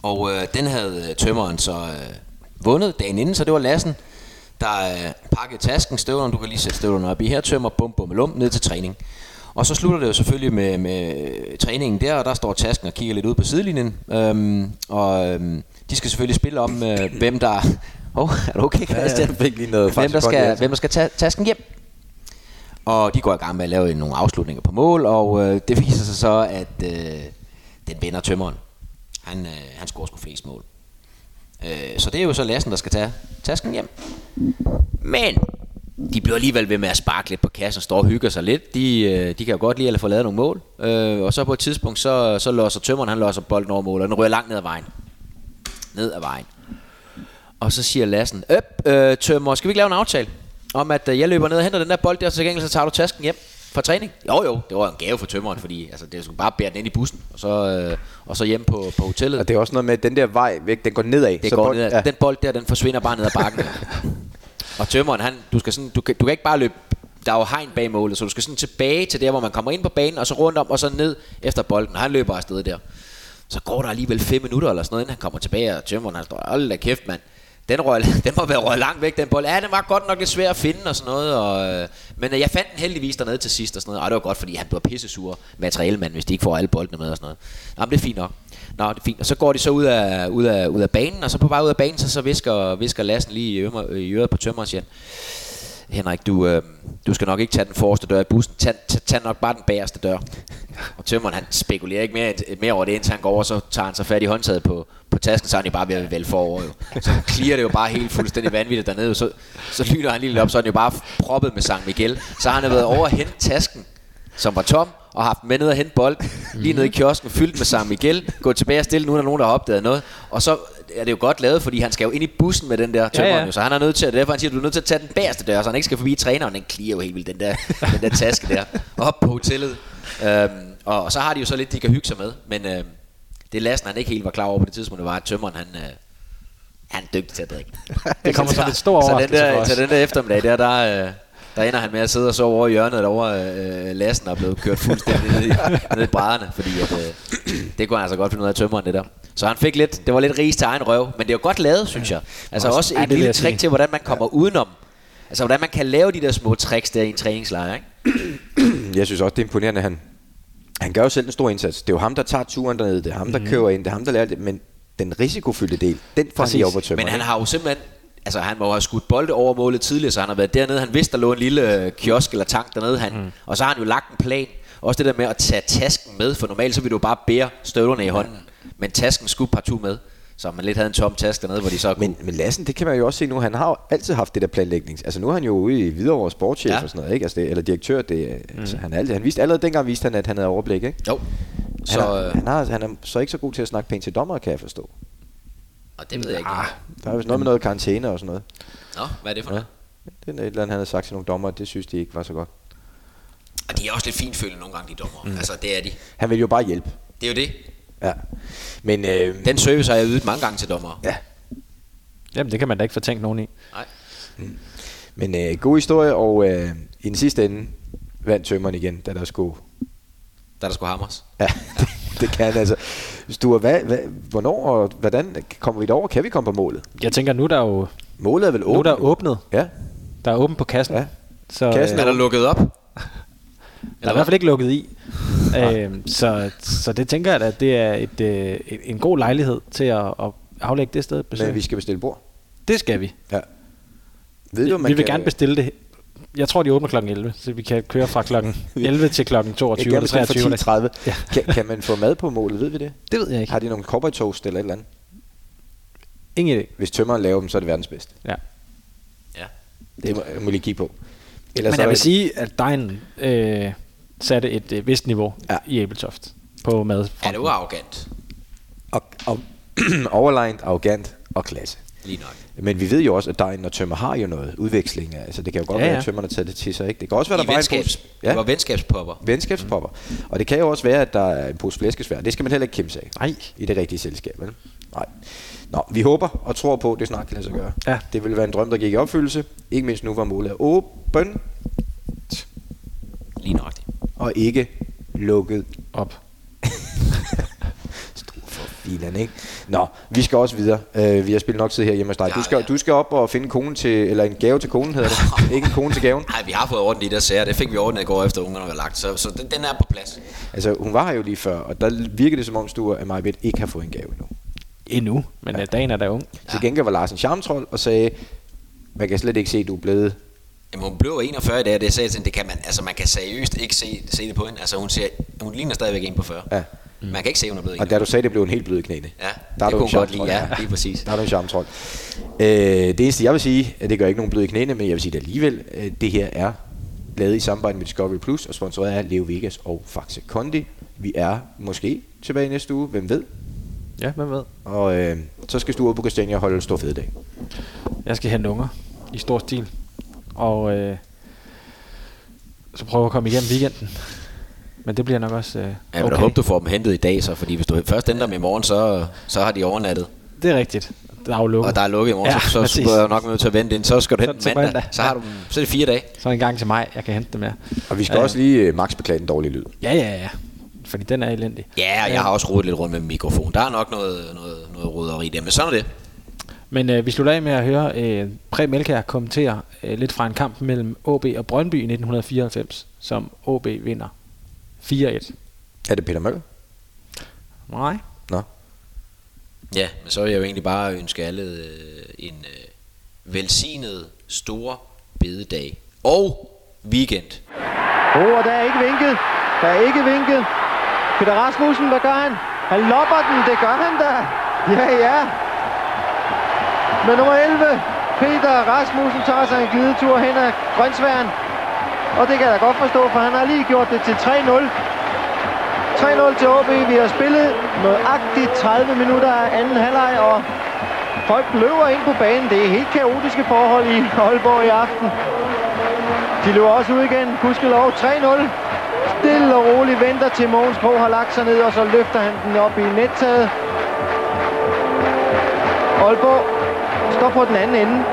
Og øh, den havde øh, tømmeren så øh, vundet dagen inden, så det var Lassen, der øh, pakkede tasken, støvlerne, du kan lige sætte støvlerne op i her, tømmer, bum, bum, lum, ned til træning. Og så slutter det jo selvfølgelig med, med øh, træningen der, og der står tasken og kigger lidt ud på sidelinjen. Øhm, og øhm, de skal selvfølgelig spille om, øh, hvem der... Åh, oh, er du okay, Christian?
jeg fik lige noget
hvem, der
faktisk godt i
skal,
halsen.
hvem der skal tage tasken hjem? Og de går i gang med at lave nogle afslutninger på mål, og øh, det viser sig så, at øh, den vinder tømmeren. Han, øh, han scorer sgu flest mål. Øh, så det er jo så Lassen, der skal tage tasken hjem. Men de bliver alligevel ved med at sparke lidt på kassen, står og hygger sig lidt. De, øh, de kan jo godt lide at få lavet nogle mål. Øh, og så på et tidspunkt, så, så låser tømmeren, han låser bolden over mål, og den ryger langt ned ad vejen. Ned ad vejen. Og så siger Lassen, Øp, øh, tømmer, skal vi ikke lave en aftale? om, at øh, jeg løber ned og henter den der bold der, så til gengæld så tager du tasken hjem fra træning? Jo jo, det var en gave for tømmeren, fordi altså, det skulle bare bære den ind i bussen, og så, øh, og så hjem på, på hotellet.
Og det er også noget med, at den der vej væk, den går nedad.
Det går
bold-
bold, ned, ja. Den bold der, den forsvinder bare ned ad bakken. og tømmeren, han, du, skal sådan, du, kan, du kan ikke bare løbe der er jo hegn bag målet, så du skal sådan tilbage til der, hvor man kommer ind på banen, og så rundt om, og så ned efter bolden. Han løber afsted der. Så går der alligevel 5 minutter eller sådan noget, inden han kommer tilbage, og tømmeren, han står, hold da kæft, mand. Den, røg, den må være røget langt væk, den bold. Ja, den var godt nok lidt svær at finde og sådan noget. Og, øh, men øh, jeg fandt den heldigvis dernede til sidst og sådan noget. Og det var godt, fordi han bliver pissesur materialemand, hvis de ikke får alle boldene med og sådan noget. Nå, men det er fint nok. Nå, det er fint. Og så går de så ud af, ud af, ud af banen, og så på vej ud af banen, så, så visker, visker Lassen lige i ømmer- i øret på tømmeren, siger han, Henrik, du, øh, du skal nok ikke tage den forreste dør i bussen. Tag, tag, tag nok bare den bagerste dør. Og tømmeren, han spekulerer ikke mere, mere over det, indtil han går over, så tager han sig fat i håndtaget på, på tasken, så er han jo bare ved at vælge forover. Jo. Så klirer det jo bare helt fuldstændig vanvittigt dernede. Så, så lyner han lige lidt op, så er den jo bare proppet med San Miguel. Så har han været over og hente tasken, som var tom, og haft den med ned og hente bold, lige nede i kiosken, fyldt med San Miguel, gå tilbage og stille, nu er der nogen, der har opdaget noget. Og så er det jo godt lavet, fordi han skal jo ind i bussen med den der tømmer, ja,
ja.
ja. så han er nødt til, at det er derfor han siger, du er nødt til at tage den bagerste dør, så han ikke skal forbi træneren, den klirer jo helt vildt, den der, den der taske der, op på hotellet. Øhm, og, og, så har de jo så lidt, de kan hygge sig med, men øhm, det Lassen, han ikke helt var klar over på det tidspunkt, det var, at tømmeren, han, øh, han er dygtig til at drikke.
Det kommer som en stor overraskelse
så den
for
der,
os.
Så den der eftermiddag, der, der, øh, der ender han med at sidde og sove over i hjørnet, derovre øh, Lassen er blevet kørt fuldstændig ned i, ned i brædderne, fordi at, øh, det kunne han altså godt finde ud af at tømmeren det der. Så han fik lidt, det var lidt ris til egen røv, men det er jo godt lavet, synes jeg. Altså også,
Også-
også
ja,
et
det vil
lille
jeg sige.
trick til, hvordan man kommer udenom. Altså hvordan man kan lave de der små tricks der i en træningslejr, ikke?
jeg synes også, det er imponerende, at han, han gør jo selv en stor indsats. Det er jo ham, der tager turen dernede, det er ham, der
Mhm.
mm-hmm. kører ind, det er ham, der lærer det, men den risikofyldte del, den får han lige op på tømmer.
Men han har jo simpelthen Altså han må jo have skudt bolde over målet tidligere Så han har været dernede Han vidste der lå en lille øh, kiosk eller tank dernede han, mm. Og så har han jo lagt en plan Også det der med at tage tasken med For normalt så ville du jo bare bære støvlerne i hånden Men tasken skulle partout med Så man lidt havde en tom taske dernede Hvor de så kunne
men, men Lassen, det kan man jo også se nu, han har jo altid haft det der planlægning. Altså nu er han jo ude i Hvidovre sportschef ja.
Ja. Mhm.
og sådan noget, ikke? Altså, det, eller direktør, det, mm. altså, han, er altid, han vidste allerede dengang, vidste han, at han havde overblik, ikke?
Jo
Så, han,
så,
er,
øh,
han, har, han er så ikke så god til at snakke pænt til dommer, kan jeg forstå.
Og det ved jeg ikke
Der er vist noget med noget karantæne og sådan noget.
Nå hvad er det for noget
Det er et eller andet, han havde sagt til nogle dommer, det synes de ikke var så godt.
Og de er også lidt finfølende nogle gange de dommer mm. Altså det er de
Han ville jo bare hjælpe.
Det er jo det
Ja. Men øh,
Den service har jeg ydet mange gange til dommer
ja,
Jamen, det kan man da ikke få tænkt nogen i.
Nej
Men øh, god historie, og øh, i den sidste ende vandt tømmeren igen, da der skulle...
Der er der sgu hammers
Ja, det, det kan han altså. Sture, hvad, hvad, hvornår og hvordan kommer vi derover? Kan vi komme på målet?
Jeg tænker, nu er der jo
Målet er vel åbent?
nu er der åbnet.
Ja,
Der er åbent på kassen.
Ja.
Så,
Kassen
øh,
Er der lukket op
Der er i hvert fald ikke lukket i. Øhm, så, så det tænker jeg, da, at det er et, øh, en- en god lejlighed til at, at aflægge det sted et besøg.
men vi skal bestille bord.
Det skal vi.
Ja. Ved du, man
vi vil
kan,
gerne bestille det. Jeg tror, de åbner kl. 11, så vi kan køre fra kl. 11 til kl. 22
jeg kan
eller 23.
bestille
eller-
for 10.30. Ja.
Ja.
Kan, kan, man få mad på målet, ved vi det?
Det ved jeg ikke.
Har de nogle cowboy toast eller et eller andet?
Ingen idé.
Hvis tømmeren laver dem, så er det verdens bedste.
Ja.
Ja
Det må, må lige kigge på. Ellers
Men
så er
jeg vil
det-
sige, at dejen øh, satte et øh, vist niveau
Ja.
ja. i Æbeltoft på mad.
Er det jo arrogant
og, og overlegnet, arrogant og klasse.
Lige nok
Men vi ved jo også, at dejen og tømmer har jo noget udveksling. Altså, det kan jo godt ja,
Ja,
ja. være,
ja.
at tømmerne tager det til sig. Ikke? Det kan også være,
I
der bare er en
venskabs,
pose...
ja. Det var
Ja,
venskabspopper.
venskabspopper. Mm. Og det kan jo også være, at der er en pose flæskesvær. Det skal man heller ikke kæmpe sig af
Nej.
i det rigtige selskab. Vel? Nej. Nå, vi håber og tror på, at det snart kan lade sig gøre.
Ja.
Det ville være en drøm, der gik i opfyldelse. Ikke mindst nu, hvor målet er åben
Lige nok det.
og ikke lukket
Op.
bilen, ikke? Nå, vi skal også videre. Uh, vi har spillet nok tid her hjemme hos dig.
Ja,
du, skal,
ja.
du skal op og finde kone til, eller en gave til konen hedder det. ikke en kone til gaven.
Nej, vi har fået ordnet i de der sager. Det fik vi ordnet i går efter ungerne var lagt. Så, så den, den er på plads.
Altså, hun var her jo lige før, og der virkede det som om, Sture og Majbet ikke har fået en gave endnu.
Endnu, men ja. dagen er da ung.
Til gengæld var Lars en charmtrold og sagde, man kan slet ikke se, at du er blevet...
Jamen, hun blev 41 i dag, og det sagde jeg til hende, det kan man, altså, man kan seriøst ikke se, se det på hende. Altså, hun, ser, hun ligner stadigvæk en på 40.
Ja.
Man kan ikke se, hun er blevet
Og da du sagde, det blev en helt blød knæne.
Ja,
der er
det
du
kunne
en
hun godt
charmtrold,
lide, ja, lige præcis.
Der er du en charmtrold. Øh, det eneste, jeg vil sige, at det gør ikke nogen bløde knæne, men jeg vil sige det alligevel, øh, det her er lavet i samarbejde med Discovery Plus og sponsoreret af Leo Vegas og Faxe Kondi. Vi er måske tilbage næste uge, hvem ved?
Ja, hvem ved?
Og øh, så skal Sture ud på Christiania og holde en stor fededag.
Jeg skal hente unger i stor stil. Og øh, så prøve at komme igennem weekenden. Men det bliver nok også øh,
Jeg vil da håbe, du får dem hentet i dag, så, fordi hvis du først henter dem i morgen, så, så har de overnattet.
Det er rigtigt. Der er jo lukket.
Og der er lukket i morgen,
Ja,
ja, så, så
præcis.
er du nok nødt til at vente ind. Så skal du hente
Så-
dem
så
mandag.
mandag.
Så, har du, dem- så er det fire dage.
Så en gang til mig, jeg kan hente dem her.
Og vi skal ja. også lige øh, max beklage den dårlige lyd.
Ja, ja, ja. Fordi den er elendig.
Ja, og jeg har også rodet lidt rundt med min mikrofon. Der er nok noget, noget, noget roderi der, men sådan er det.
Men øh, vi slutter af med at høre øh, Præm Elkær kommentere øh, lidt fra en kamp mellem OB og Brøndby i 1994, som OB vinder 4-1.
Er det Peter Møller?
Nej.
Nå.
Ja, men så vil jeg jo egentlig bare ønske alle øh, en øh, velsignet, stor bededag og weekend.
Åh, oh, der er ikke vinket. Der er ikke vinket. Peter Rasmussen, hvad gør han? Han lopper den, det gør han da. Ja, ja. Med nummer 11, Peter Rasmussen, tager sig en glidetur hen ad Grønsværen. Og det kan jeg da godt forstå, for han har lige gjort det til 3-0. 3-0 til OB. Vi har spillet nøjagtigt 30 minutter af anden halvleg, og folk løber ind på banen. Det er helt kaotiske forhold i Aalborg i aften. De løber også ud igen. Gudskelov 3-0. Stille og roligt venter til Mogens Krog har lagt sig ned, og så løfter han den op i nettaget. Aalborg står på den anden ende.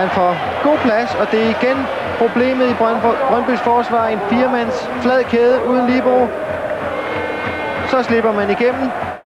Han får god plads, og det er igen problemet i Brøndbo- Brøndbys forsvar. En firemands flad kæde uden Libro. Så slipper man igennem.